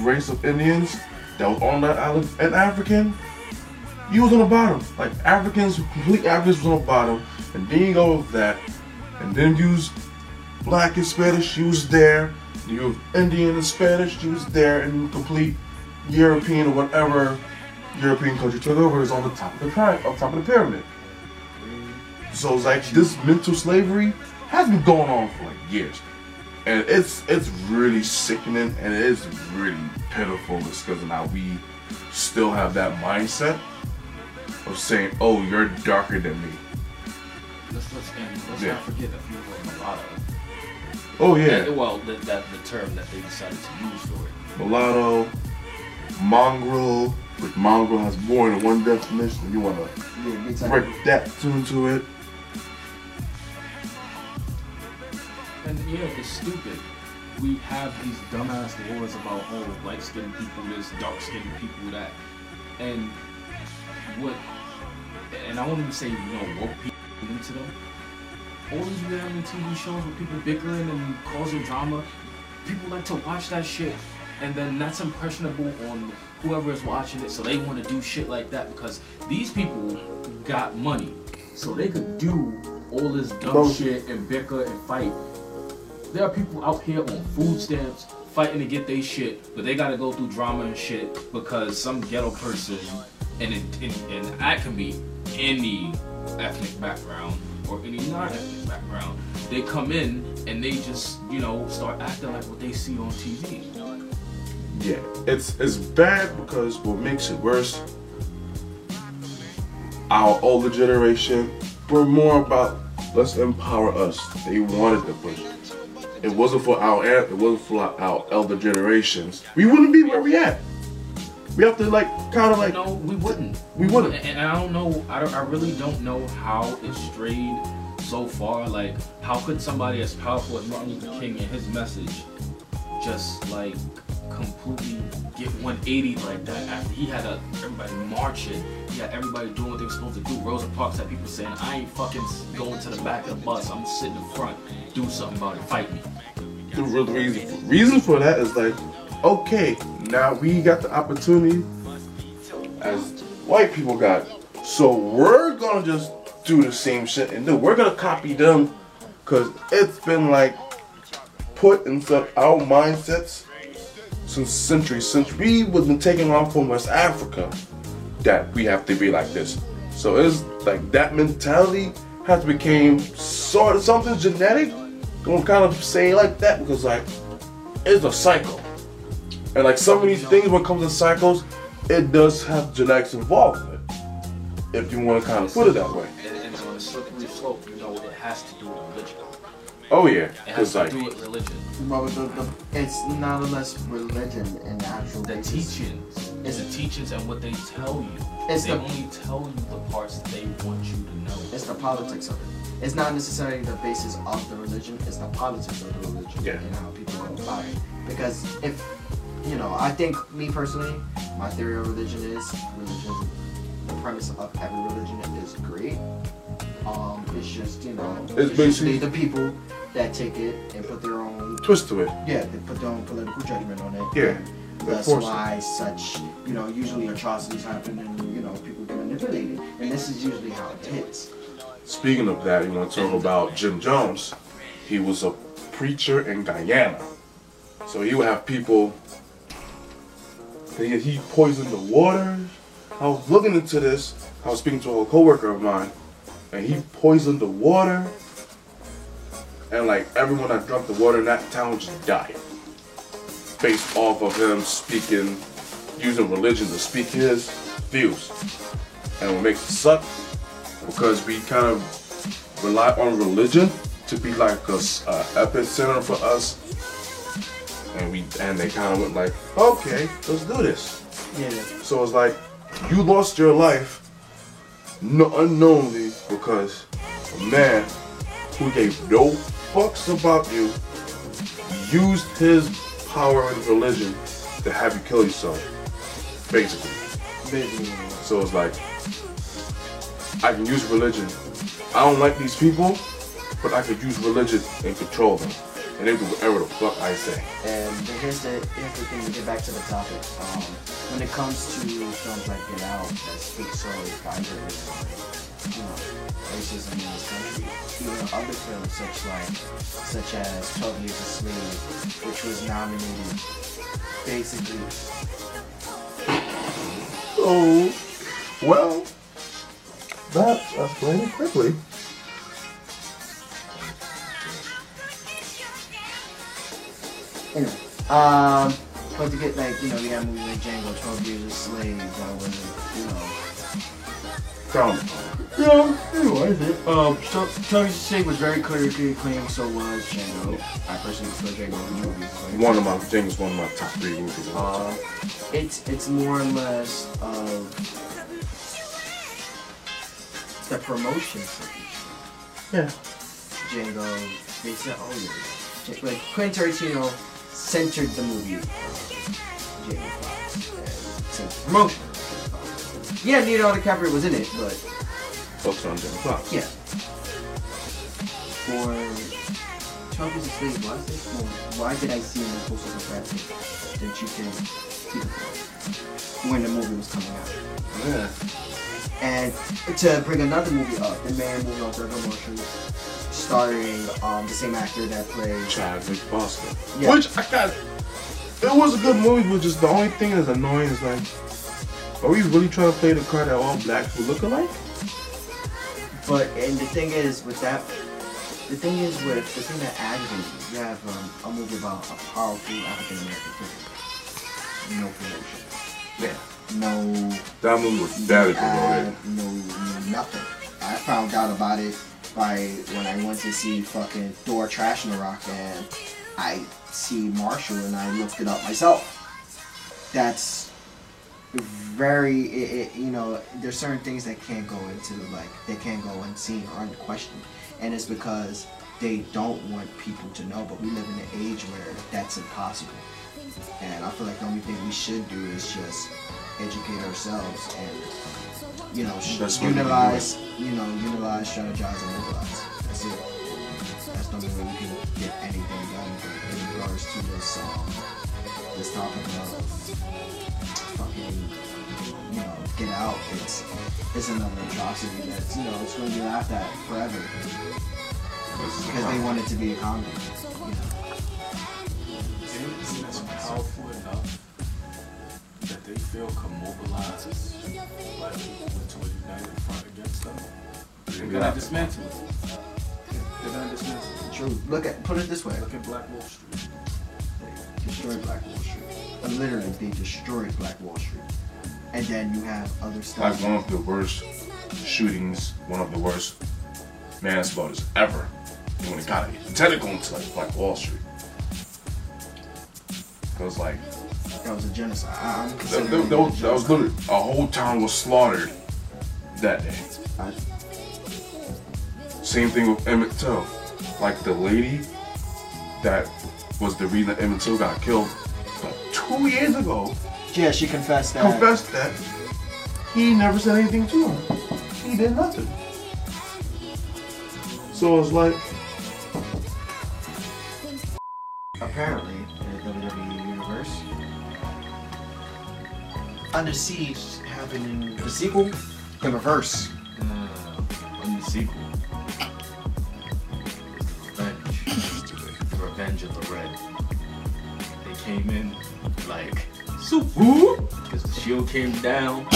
[SPEAKER 3] race of Indians that was on that island, and African. You was on the bottom. Like Africans, complete Africans was on the bottom, and then you go with that, and then use black and Spanish, you was there. You was Indian and Spanish, you was there, and complete European or whatever European country took over is on the top of the pyramid. On top of the pyramid. So it's like this mental slavery has been going on for like years, and it's it's really sickening and it's really pitiful discussing how we still have that mindset of saying, "Oh, you're darker than me."
[SPEAKER 2] Let's let's and let's
[SPEAKER 3] Yeah.
[SPEAKER 2] not forget a few of them mulatto.
[SPEAKER 3] Oh yeah,
[SPEAKER 2] And, well, the, that the term that they decided to use for it.
[SPEAKER 3] mulatto, mongrel, which mongrel has more than one definition. You wanna
[SPEAKER 1] yeah, big time.
[SPEAKER 3] break that into it?
[SPEAKER 2] And yeah, it's stupid. We have these dumbass wars about oh, light skinned people this, dark skinned people that, and what? And I won't even say you know woke people into them. All these reality TV shows with people bickering and causing drama, people like to watch that shit, and then that's impressionable on whoever is watching it, so they want to do shit like that because these people got money, so they could do all this dumb
[SPEAKER 3] Bro.
[SPEAKER 2] shit and bicker and fight. There are people out here on food stamps fighting to get their shit, but they gotta go through drama and shit because some ghetto person, and it, and, and I can be any ethnic background or any non-ethnic background, they come in and they just you know start acting like what they see on TV.
[SPEAKER 3] Yeah, it's it's bad because what makes it worse, our older generation were more about let's empower us. They wanted to push. It wasn't for our an- it wasn't for our elder generations. We wouldn't be where we at. We have to like kind of like
[SPEAKER 2] No, we wouldn't.
[SPEAKER 3] We wouldn't.
[SPEAKER 2] And, and I don't know. I, don't, I really don't know how it strayed so far. Like, how could somebody as powerful as Martin Luther King and his message just like completely get 180 like that? After he had a, everybody marching, he had everybody doing what they were supposed to do. Rosa Parks had people saying, "I ain't fucking going to the back of the bus. I'm sitting in front. Do something about it. Fight me."
[SPEAKER 3] the real reason reason for that is like, okay, now we got the opportunity as white people got. it. So we're gonna just do the same shit and then we're gonna copy them because it's been like put inside our mindsets since centuries, since we was been taken off from West Africa, that we have to be like this. So it's like that mentality has became sort of something genetic. Don't kind of say it like that because like it's a cycle, and like some of these things when it comes to cycles, it does have genetics involved in it. If you want to kind of put it that way.
[SPEAKER 2] And, and on a slippery slope, you know, it has to do with religion.
[SPEAKER 3] Oh yeah,
[SPEAKER 2] It has
[SPEAKER 3] because
[SPEAKER 2] to
[SPEAKER 3] like
[SPEAKER 2] do with religion.
[SPEAKER 1] But the, the, it's not less religion and the actual
[SPEAKER 2] the
[SPEAKER 1] basis.
[SPEAKER 2] teachings. It's the teachings and what they tell you.
[SPEAKER 1] It's
[SPEAKER 2] they
[SPEAKER 1] the-
[SPEAKER 2] only tell you the parts that they want you to know.
[SPEAKER 1] It's the politics of it. It's not necessarily the basis of the religion. It's the politics of the religion
[SPEAKER 3] Yeah.
[SPEAKER 1] and how people go about it. Because if you know, I think me personally, my theory of religion is religion. The premise of every religion is great. Um, it's just you know,
[SPEAKER 3] It's
[SPEAKER 1] usually
[SPEAKER 3] basically-
[SPEAKER 1] the people that take it and put their own
[SPEAKER 3] twist to it.
[SPEAKER 1] yeah, they put their own political judgment on it.
[SPEAKER 3] Yeah,
[SPEAKER 1] That's
[SPEAKER 3] force it.
[SPEAKER 1] why such, you know, usually atrocities happen and, you know, people get manipulated. And this is usually how it hits.
[SPEAKER 3] Speaking of that, you want to talk about Jim Jones. He was a preacher in Guyana. So he would have people, he he poisoned the water. I was looking into this. I was speaking to a coworker of mine, and he poisoned the water. And like everyone that drank the water in that town just died. Based off of him speaking, using religion to speak his views. And what makes it suck because we kind of rely on religion to be like a s- a epicenter for us, and we and they kind of went like, okay, let's do this.
[SPEAKER 1] Yeah.
[SPEAKER 3] So it's like you lost your life, no, unknowingly because a man who gave no fucks about you used his power and religion to have you kill yourself, basically.
[SPEAKER 1] Basically.
[SPEAKER 3] So it's like, I can use religion. I don't like these people, but I could use religion and control them. And they do whatever the fuck I say.
[SPEAKER 1] And Um, but here's the, here's the thing to get back to the topic. Um, when it comes to films like Get Out that speak so kindly of, you know, racism in this country, even other films such like, such as 12 Years a Slave, which was nominated basically
[SPEAKER 3] Oh, well, that explains it quickly.
[SPEAKER 1] Anyway, um, but to get like you know we got movies like Django, Twelve Years a Slave, that was you know.
[SPEAKER 3] Come.
[SPEAKER 1] Yeah, anyway, um, Twelve Years a Slave was very critically acclaimed, so was Django. I personally prefer Django over Twelve Years a Slave.
[SPEAKER 3] One of my things, one of my top three movies of all
[SPEAKER 1] Uh,
[SPEAKER 3] time.
[SPEAKER 1] it's it's more or less um, of the promotion for
[SPEAKER 3] Yeah.
[SPEAKER 1] Django makes it oh yeah. J- Like Quentin Tarantino centered the movie. around Django uh, Fox. and to promote it. Yeah, Leonardo DiCaprio was in it, but
[SPEAKER 3] Focus on Jim Fox.
[SPEAKER 1] yeah. For Trump is a slave, why is this more, why did I see in the posters of Brad that you can see the when the movie was coming out?
[SPEAKER 3] Yeah.
[SPEAKER 1] And to bring another movie up, The Man Moving on 3rd Marshall, starring um, the same actor that plays.
[SPEAKER 3] Chadwick Boseman.
[SPEAKER 1] Yeah.
[SPEAKER 3] Which I got. It was a good movie, but just the only thing that's annoying is like, are we really trying to play the card that all blacks will look alike?
[SPEAKER 1] But and the thing is with that, the thing is with the thing that aggravates me, you have um, a movie about a powerful African American figure, no promotion,
[SPEAKER 3] Yeah.
[SPEAKER 1] no,
[SPEAKER 3] That movie was very
[SPEAKER 1] uh,
[SPEAKER 3] promoted.
[SPEAKER 1] no, no nothing. I found out about it by when I went to see fucking Thor Trash in the Rock and I see Marshall and I looked it up myself. That's very, it, it, you know, there's certain things that can't go into like they can't go unseen or unquestioned, and it's because they don't want people to know. But we live in an age where that's impossible, and I feel like the only thing we should do is just educate ourselves and you know sh-
[SPEAKER 3] That's what we
[SPEAKER 1] utilize, you know, utilize, strategize, and mobilize. That's it. That's the only way we can get anything done. But in regards to this, um, this topic of fucking you know, get out. It's it's another atrocity that's you know it's going to be laughed at forever because they want it to be a comedy. You know,
[SPEAKER 2] It's powerful enough that they feel can mobilize black people into a united front against them. They're gonna dismantle it. They're gonna dismantle it.
[SPEAKER 1] true. Look at put it this way:
[SPEAKER 2] Look at Black Wall Street.
[SPEAKER 1] they destroyed Black Wall Street. Literally, they destroyed Black Wall Street. And then you have other
[SPEAKER 3] Like
[SPEAKER 1] stuff.
[SPEAKER 3] one of the worst shootings, one of the worst manslaughters ever in the economy. Instead of going to like Black Wall Street. Cause like
[SPEAKER 1] That was a genocide. I, I'm
[SPEAKER 3] that,
[SPEAKER 1] considering
[SPEAKER 3] that, that
[SPEAKER 1] it a
[SPEAKER 3] was, that was
[SPEAKER 1] genocide.
[SPEAKER 3] literally a whole town was slaughtered that day. Same thing with Emmett Till. Like the lady that was the reason that Emmett Till got killed like two years ago
[SPEAKER 1] Yeah, she confessed that.
[SPEAKER 3] confessed that he never said anything to her. He did nothing. So it's like
[SPEAKER 1] Apparently, in the WWE universe, Under Siege happening the sequel, the reverse.
[SPEAKER 2] In the sequel. Revenge. The Revenge of the Red. They came in like so because the shield came down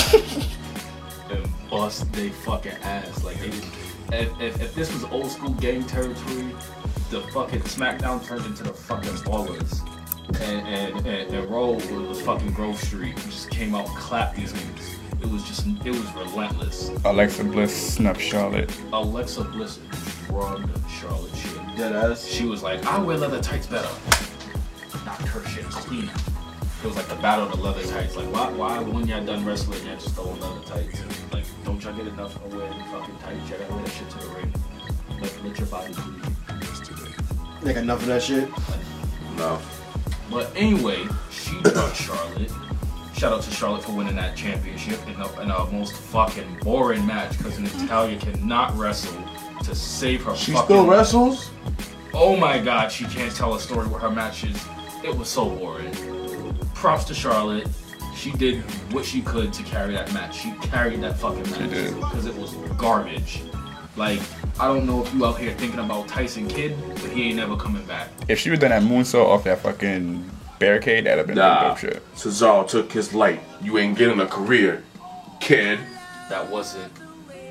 [SPEAKER 2] and bust they fucking ass. Like they didn't if, if, if this was old school gang territory, the fucking SmackDown turned into the fucking ballers. And and, and, and Raw was, was fucking Grove Street. Just came out clapped these niggas. It was just it was relentless.
[SPEAKER 9] Alexa Bliss snap Charlotte.
[SPEAKER 2] Alexa Bliss drugged Charlotte shit.
[SPEAKER 10] Dead ass.
[SPEAKER 2] She was like, I wear leather tights better. Knocked her shit clean. It was like the battle of the leather tights. Like, why, why when y'all done wrestling, y'all just throwing leather tights? Like, don't y'all get enough of wearing fucking tights? Y'all gotta wear that shit to the ring. Let, let your body bleed.
[SPEAKER 1] Like enough of that shit.
[SPEAKER 3] no.
[SPEAKER 2] But anyway, she drugged Charlotte. Shout out to Charlotte for winning that championship in a, in a most fucking boring match because Natalia cannot wrestle to save her
[SPEAKER 3] She
[SPEAKER 2] fucking
[SPEAKER 3] still wrestles?
[SPEAKER 2] Oh my god, she can't tell a story with her matches. It was so boring. Props to Charlotte. She did what she could to carry that match. She carried that fucking match
[SPEAKER 9] did.
[SPEAKER 2] because it was garbage. Like, I don't know if you out here thinking about Tyson Kidd, but he ain't never coming back.
[SPEAKER 9] If she was done that moonsault off that fucking barricade, that'd have been some
[SPEAKER 3] Nah.
[SPEAKER 9] dope shit.
[SPEAKER 3] Cesaro took his light. You ain't getting a career, kid.
[SPEAKER 2] That wasn't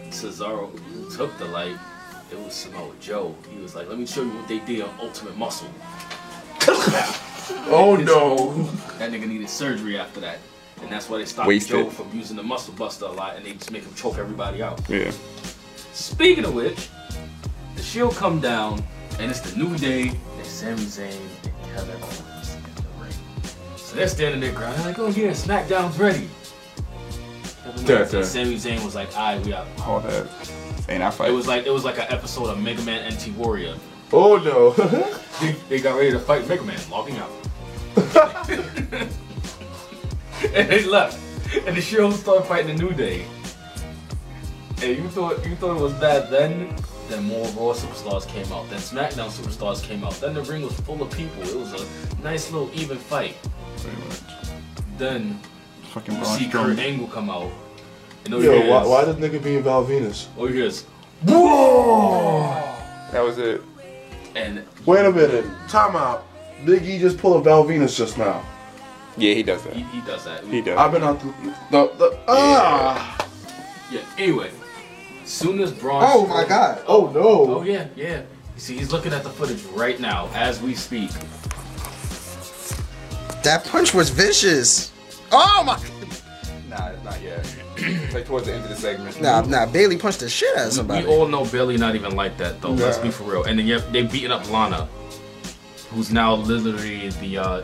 [SPEAKER 2] Cesaro who took the light. It was Samoa Joe. He was like, let me show you what they did on Ultimate Muscle.
[SPEAKER 3] Oh no.
[SPEAKER 2] That nigga needed surgery after that. And that's why they stopped
[SPEAKER 9] Wasted.
[SPEAKER 2] Joe from using the muscle buster a lot and they just make him choke everybody out.
[SPEAKER 9] Yeah.
[SPEAKER 2] Speaking of which, the Shield come down, and it's the New Day, and Sami Zayn, and Kevin Owens in the ring. So they're standing there grinding, like, oh yeah, SmackDown's ready. Kevin
[SPEAKER 3] Yeah,
[SPEAKER 2] Owens
[SPEAKER 3] yeah.
[SPEAKER 2] and Sami Zayn was like, "All right, we out."
[SPEAKER 9] All that. Ain't I
[SPEAKER 2] It
[SPEAKER 9] fight?
[SPEAKER 2] was like it was like an episode of Mega Man NT Warrior.
[SPEAKER 3] Oh no.
[SPEAKER 2] They, they got ready to fight Mega Man, logging out, and they left. And the Shield started fighting the New Day. And you thought you thought it was bad then? Then more Raw superstars came out. Then SmackDown superstars came out. Then the ring was full of people. It was a nice little even fight.
[SPEAKER 9] Pretty much.
[SPEAKER 2] Then
[SPEAKER 9] Fucking
[SPEAKER 2] you
[SPEAKER 9] Braun
[SPEAKER 2] see Kurt
[SPEAKER 9] Strowman.
[SPEAKER 2] Angle come out. And all you
[SPEAKER 3] Yo,
[SPEAKER 2] hear
[SPEAKER 3] why,
[SPEAKER 2] is-
[SPEAKER 3] why this nigga being Val Venus?
[SPEAKER 2] All you hear is,
[SPEAKER 9] That was it.
[SPEAKER 2] and
[SPEAKER 3] Wait a minute. Time out. Nigga, just pulled a Val Venus just now.
[SPEAKER 9] Yeah, he does that.
[SPEAKER 2] he, he does that.
[SPEAKER 9] He does.
[SPEAKER 3] I've been out the. the, the ah!
[SPEAKER 2] Yeah. Anyway, soon as Braun.
[SPEAKER 11] Oh my god.
[SPEAKER 3] Oh
[SPEAKER 2] Oh
[SPEAKER 3] no.
[SPEAKER 2] yeah, yeah. You see, he's looking at the footage right now as we speak.
[SPEAKER 11] That punch was vicious. Oh my.
[SPEAKER 9] Nah, not yet. like towards the end of the segment.
[SPEAKER 11] Nah, nah. Bailey punched the shit out of
[SPEAKER 2] We
[SPEAKER 11] somebody.
[SPEAKER 2] all know Bailey not even like that though. Let's be for real. And then yep, they beating up Lana, who's now literally the uh,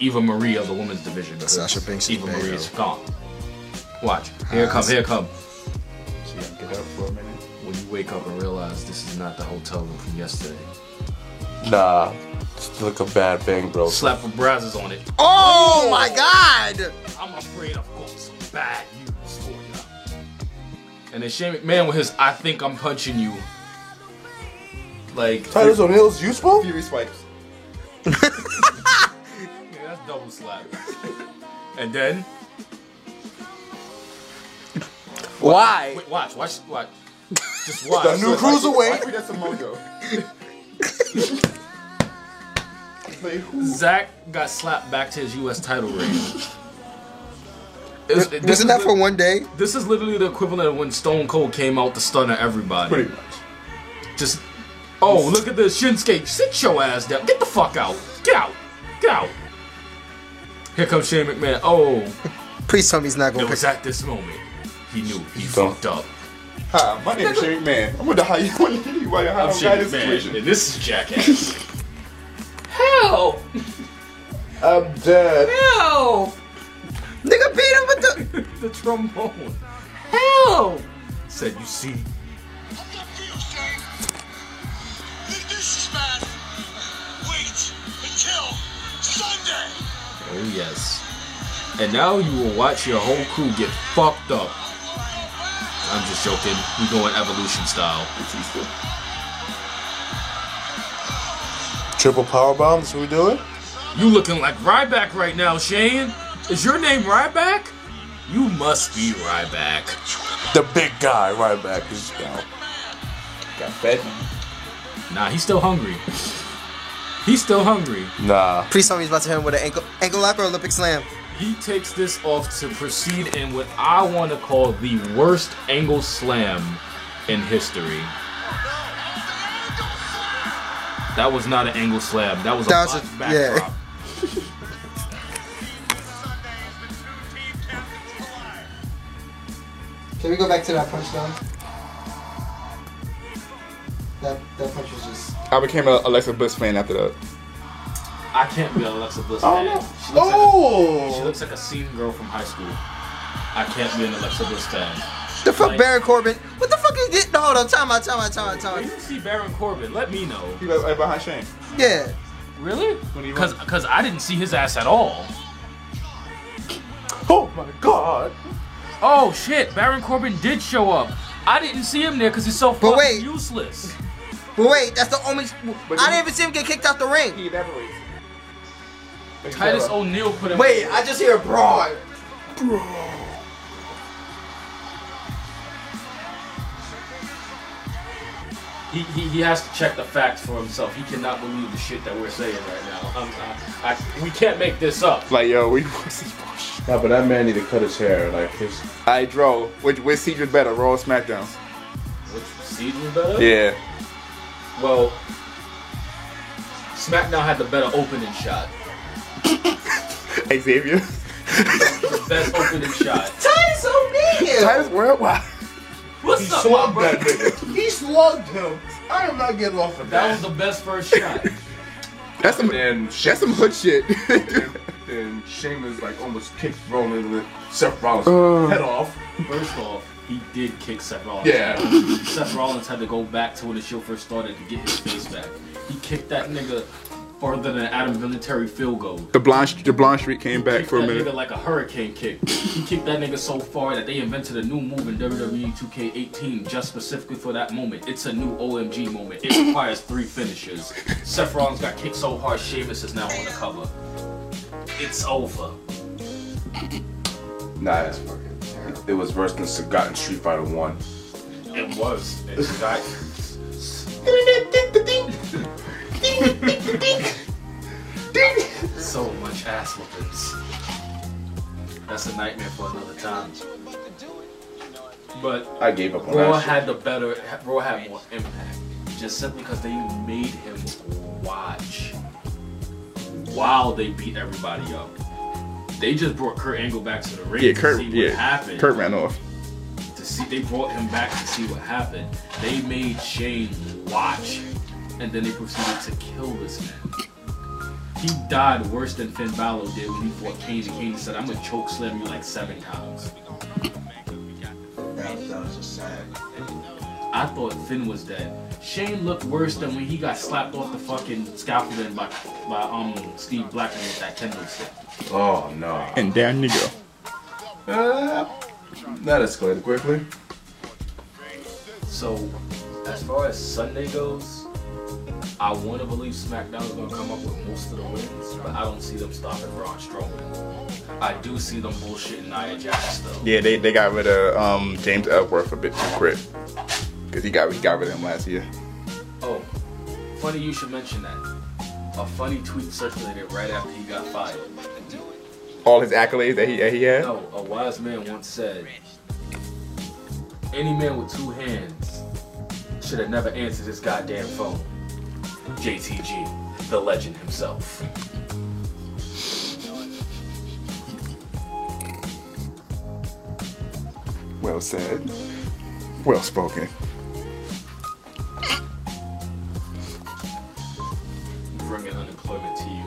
[SPEAKER 2] Eva Marie of the women's division. because
[SPEAKER 11] Sasha Banks is
[SPEAKER 2] Eva
[SPEAKER 11] bad,
[SPEAKER 2] Marie
[SPEAKER 11] though.
[SPEAKER 2] is gone. Watch. Here it come. Here it come.
[SPEAKER 9] She didn't get up for a minute.
[SPEAKER 2] When you wake up and realize this is not the hotel room from yesterday.
[SPEAKER 3] Nah. It's like a bad thing, bro.
[SPEAKER 2] Slap of brazzers on it.
[SPEAKER 11] Oh my god.
[SPEAKER 2] I'm afraid I've got some bad news for you. And then Shane McMahon with his I think I'm punching you. Like
[SPEAKER 3] Titus O'Neil's useful?
[SPEAKER 9] Fury swipes.
[SPEAKER 2] Yeah, that's double slap. and then
[SPEAKER 11] Why?
[SPEAKER 2] wait, watch, watch, watch. Just watch.
[SPEAKER 3] The new cruiserweight.
[SPEAKER 9] Maybe that's a mojo.
[SPEAKER 3] Like, who-
[SPEAKER 2] Zach got slapped back to his US title reign. It's-
[SPEAKER 11] Th-
[SPEAKER 2] this, is
[SPEAKER 11] Wasn't that
[SPEAKER 2] li-
[SPEAKER 11] for one day?
[SPEAKER 2] this is literally the equivalent of when Stone Cold came out to stun everybody.
[SPEAKER 3] Pretty much.
[SPEAKER 2] Just oh look at this Shinsuke, sit your ass down. Get the fuck out. Get out. Get out. Here comes Shane McMahon. Oh,
[SPEAKER 11] Please tell me he's not gonna
[SPEAKER 2] it
[SPEAKER 11] pick
[SPEAKER 2] was at this moment he knew he
[SPEAKER 3] Don't.
[SPEAKER 2] fucked up.
[SPEAKER 9] Hi, my name is Shane Man. I wonder how you why you why you how
[SPEAKER 2] I'm
[SPEAKER 9] you got
[SPEAKER 2] Shane
[SPEAKER 9] this
[SPEAKER 2] McMahon,
[SPEAKER 9] situation.
[SPEAKER 2] and this is Jackass. Help!
[SPEAKER 3] I'm dead.
[SPEAKER 2] Help!
[SPEAKER 11] Nigga beat him with the.
[SPEAKER 2] The trombone. Help! Said you see.
[SPEAKER 12] I'm confused, Dave. If this is bad, wait until Sunday.
[SPEAKER 2] Oh yes. And now you will watch your whole crew get fucked up. I'm just joking. We going evolution style.
[SPEAKER 3] Triple power bomb. That's what we doing?
[SPEAKER 2] You looking like Ryback right now, Shane. Is your name Ryback? You must be Ryback.
[SPEAKER 3] The big guy right back is down.
[SPEAKER 9] Got fed.
[SPEAKER 2] Nah, he's still hungry. He's still hungry.
[SPEAKER 3] Nah.
[SPEAKER 11] Please tell me he's about to hit him with an ankle ankle lock or Olympic slam.
[SPEAKER 2] He takes this off to proceed in what I want to call the worst angle slam in history. That was not an angle slam. That was a
[SPEAKER 11] That was a-
[SPEAKER 2] botched
[SPEAKER 11] yeah.
[SPEAKER 2] backdrop.
[SPEAKER 13] Can we go back to that punch down? That that punch was just.
[SPEAKER 9] I became a Alexa Bliss fan after that.
[SPEAKER 2] I can't be an Alexa Bliss
[SPEAKER 3] Oh,
[SPEAKER 2] fan.
[SPEAKER 3] no.
[SPEAKER 2] She, looks like a, she
[SPEAKER 3] Oh!
[SPEAKER 2] looks like a scene girl from high school. I can't be an Alexa Bliss fan.
[SPEAKER 11] The fuck,
[SPEAKER 2] Like-
[SPEAKER 11] Baron Corbin? What the fuck he did? No, hold on, time out, time out, time out,
[SPEAKER 2] If
[SPEAKER 11] time out.
[SPEAKER 2] you see Baron Corbin, let me know.
[SPEAKER 9] He was right behind Shane.
[SPEAKER 11] Yeah.
[SPEAKER 2] Really?
[SPEAKER 9] What do you
[SPEAKER 2] Because because I didn't see his ass at all.
[SPEAKER 3] Oh my god!
[SPEAKER 2] Oh shit! Baron Corbin did show up. I didn't see him there because he's so fucking
[SPEAKER 11] wait.
[SPEAKER 2] useless.
[SPEAKER 11] But wait, that's the only.
[SPEAKER 9] But
[SPEAKER 11] I
[SPEAKER 9] you-
[SPEAKER 11] didn't even see him get kicked out the ring.
[SPEAKER 9] He elaborates.
[SPEAKER 2] Titus O'Neil put him.
[SPEAKER 13] Wait, I just hear broad.
[SPEAKER 2] He, he, he has to check the facts for himself. He cannot believe the shit that we're saying right now. I'm, I, I, we can't make this up.
[SPEAKER 9] Like yo, we was this bullshit.
[SPEAKER 3] Nah, but that man need to cut his hair. Like his.
[SPEAKER 9] I draw. Which which siege was better, Raw or SmackDown?
[SPEAKER 2] Which Siege was better?
[SPEAKER 9] Yeah.
[SPEAKER 2] Well, SmackDown had the better opening shot.
[SPEAKER 9] Xavier.
[SPEAKER 2] The best opening shot.
[SPEAKER 13] Titus O'Neil.
[SPEAKER 9] Titus Worldwide.
[SPEAKER 2] What's up, my bro? That.
[SPEAKER 3] nigga. He slugged him. I am not getting off of
[SPEAKER 2] was the best first shot.
[SPEAKER 9] That's some.
[SPEAKER 3] And then
[SPEAKER 9] That's some hood shit.
[SPEAKER 3] Then Sheamus like almost kicked Roman with Seth Rollins head off.
[SPEAKER 2] First off, he did kick Seth Rollins.
[SPEAKER 3] Yeah.
[SPEAKER 2] Seth Rollins had to go back to when the show first started to get his face back. He kicked that nigga farther than Adam Vinatieri field goal.
[SPEAKER 9] the blonde the blonde streak came back
[SPEAKER 2] kicked
[SPEAKER 9] for a
[SPEAKER 2] that
[SPEAKER 9] minute.
[SPEAKER 2] Nigga like a hurricane kick. He kicked that nigga so far that they invented a new move in E WWE 2K18 just specifically for that moment. It's a new OMG moment. It requires three finishes. Seth Rollins got kicked so hard, Sheamus is now on the cover. It's over.
[SPEAKER 3] Nah, that's
[SPEAKER 13] Fucking terrible.
[SPEAKER 1] terrible.
[SPEAKER 3] It was worse than Sagat in Street Fighter One.
[SPEAKER 2] It was. It's not. so much ass whoopings. That's a nightmare for another time. But
[SPEAKER 3] I gave up on
[SPEAKER 2] Raw
[SPEAKER 3] that. shit.
[SPEAKER 2] had the better. Raw had more impact, just simply because they made him watch while they beat everybody up. They just brought Kurt Angle back to the ring
[SPEAKER 9] Yeah,
[SPEAKER 2] to
[SPEAKER 9] Kurt.
[SPEAKER 2] see what
[SPEAKER 9] Yeah,
[SPEAKER 2] happened.
[SPEAKER 9] Kurt ran off.
[SPEAKER 2] To see, they brought him back to see what happened. They made Shane watch, and then they proceeded to kill this man. He died worse than Finn Balor did when he fought Kane, and Kane said, "I'm gonna choke slam you like seven times."
[SPEAKER 1] That, that was just sad.
[SPEAKER 2] I thought Finn was dead. Shane looked worse than when he got slapped off the fucking scaffolding by, by um Steve Blackman with that Kendall stick.
[SPEAKER 3] Oh no.
[SPEAKER 9] And down you go.
[SPEAKER 3] Uh, that escalated quickly.
[SPEAKER 2] So, as far as Sunday goes, I want to believe SmackDown is going to come up with most of the wins, but I don't see them stopping Braun Strowman. I do see them bullshitting Nia Jax though.
[SPEAKER 9] Yeah, they, they got rid of um, James Ellsworth a bit too quick. Cause he got he got rid of him last year.
[SPEAKER 2] Oh, funny you should mention that. A funny tweet circulated right after he got fired.
[SPEAKER 9] All his accolades that he that he had.
[SPEAKER 2] No, a wise man once said, any man with two hands should have never answered this goddamn phone. JTG, the legend himself.
[SPEAKER 9] Well said. Well spoken.
[SPEAKER 2] Bringing unemployment to you.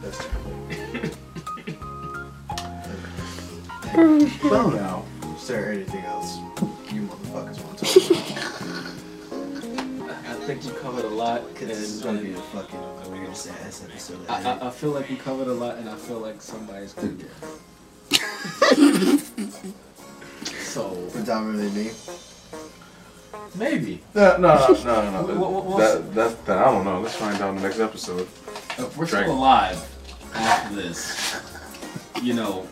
[SPEAKER 1] That's terrible.
[SPEAKER 11] Well, now.
[SPEAKER 1] Is there anything else you motherfuckers want to talk about?
[SPEAKER 2] I think we covered a lot,
[SPEAKER 1] Because
[SPEAKER 2] and,
[SPEAKER 1] this is gonna be
[SPEAKER 2] and
[SPEAKER 1] a fucking a real ass episode.
[SPEAKER 2] I, I, I feel like we covered a lot, and I feel like somebody's gonna get. it. so
[SPEAKER 1] Predominantly me.
[SPEAKER 2] maybe
[SPEAKER 3] Uh, No, no, no, no, no.
[SPEAKER 2] What- what- what's-
[SPEAKER 3] that, that, that, I don't know. Let's find out in the next episode.
[SPEAKER 2] if Uh, we're
[SPEAKER 3] Dragon.
[SPEAKER 2] still alive after this, you know,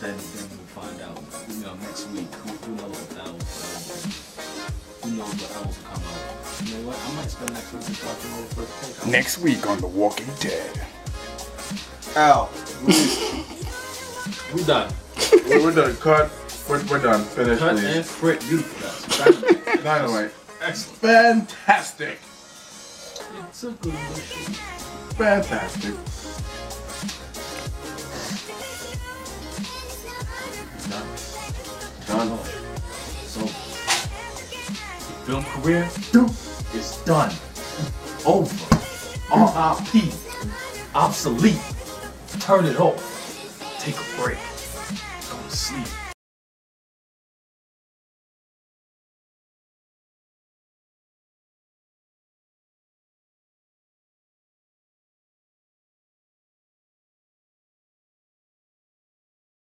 [SPEAKER 2] then then we'll find out. You know, next week, who, who knows what else? Who knows what else will come out? You know what? I might spend next week just watching all the first take.
[SPEAKER 9] Next week on The Walking Dead.
[SPEAKER 11] Ow.
[SPEAKER 2] we done.
[SPEAKER 3] we're, we're done. Cut. We're, we're done. Finish,
[SPEAKER 2] Cut
[SPEAKER 3] please.
[SPEAKER 2] and print. Beautiful. That's dynamite.
[SPEAKER 3] Dynamite.
[SPEAKER 2] Excellent.
[SPEAKER 3] Fantastic.
[SPEAKER 2] It's a good one.
[SPEAKER 3] Fantastic.
[SPEAKER 2] done. So, film career is done. Over. RIP. Obsolete. Turn it off. Take a break.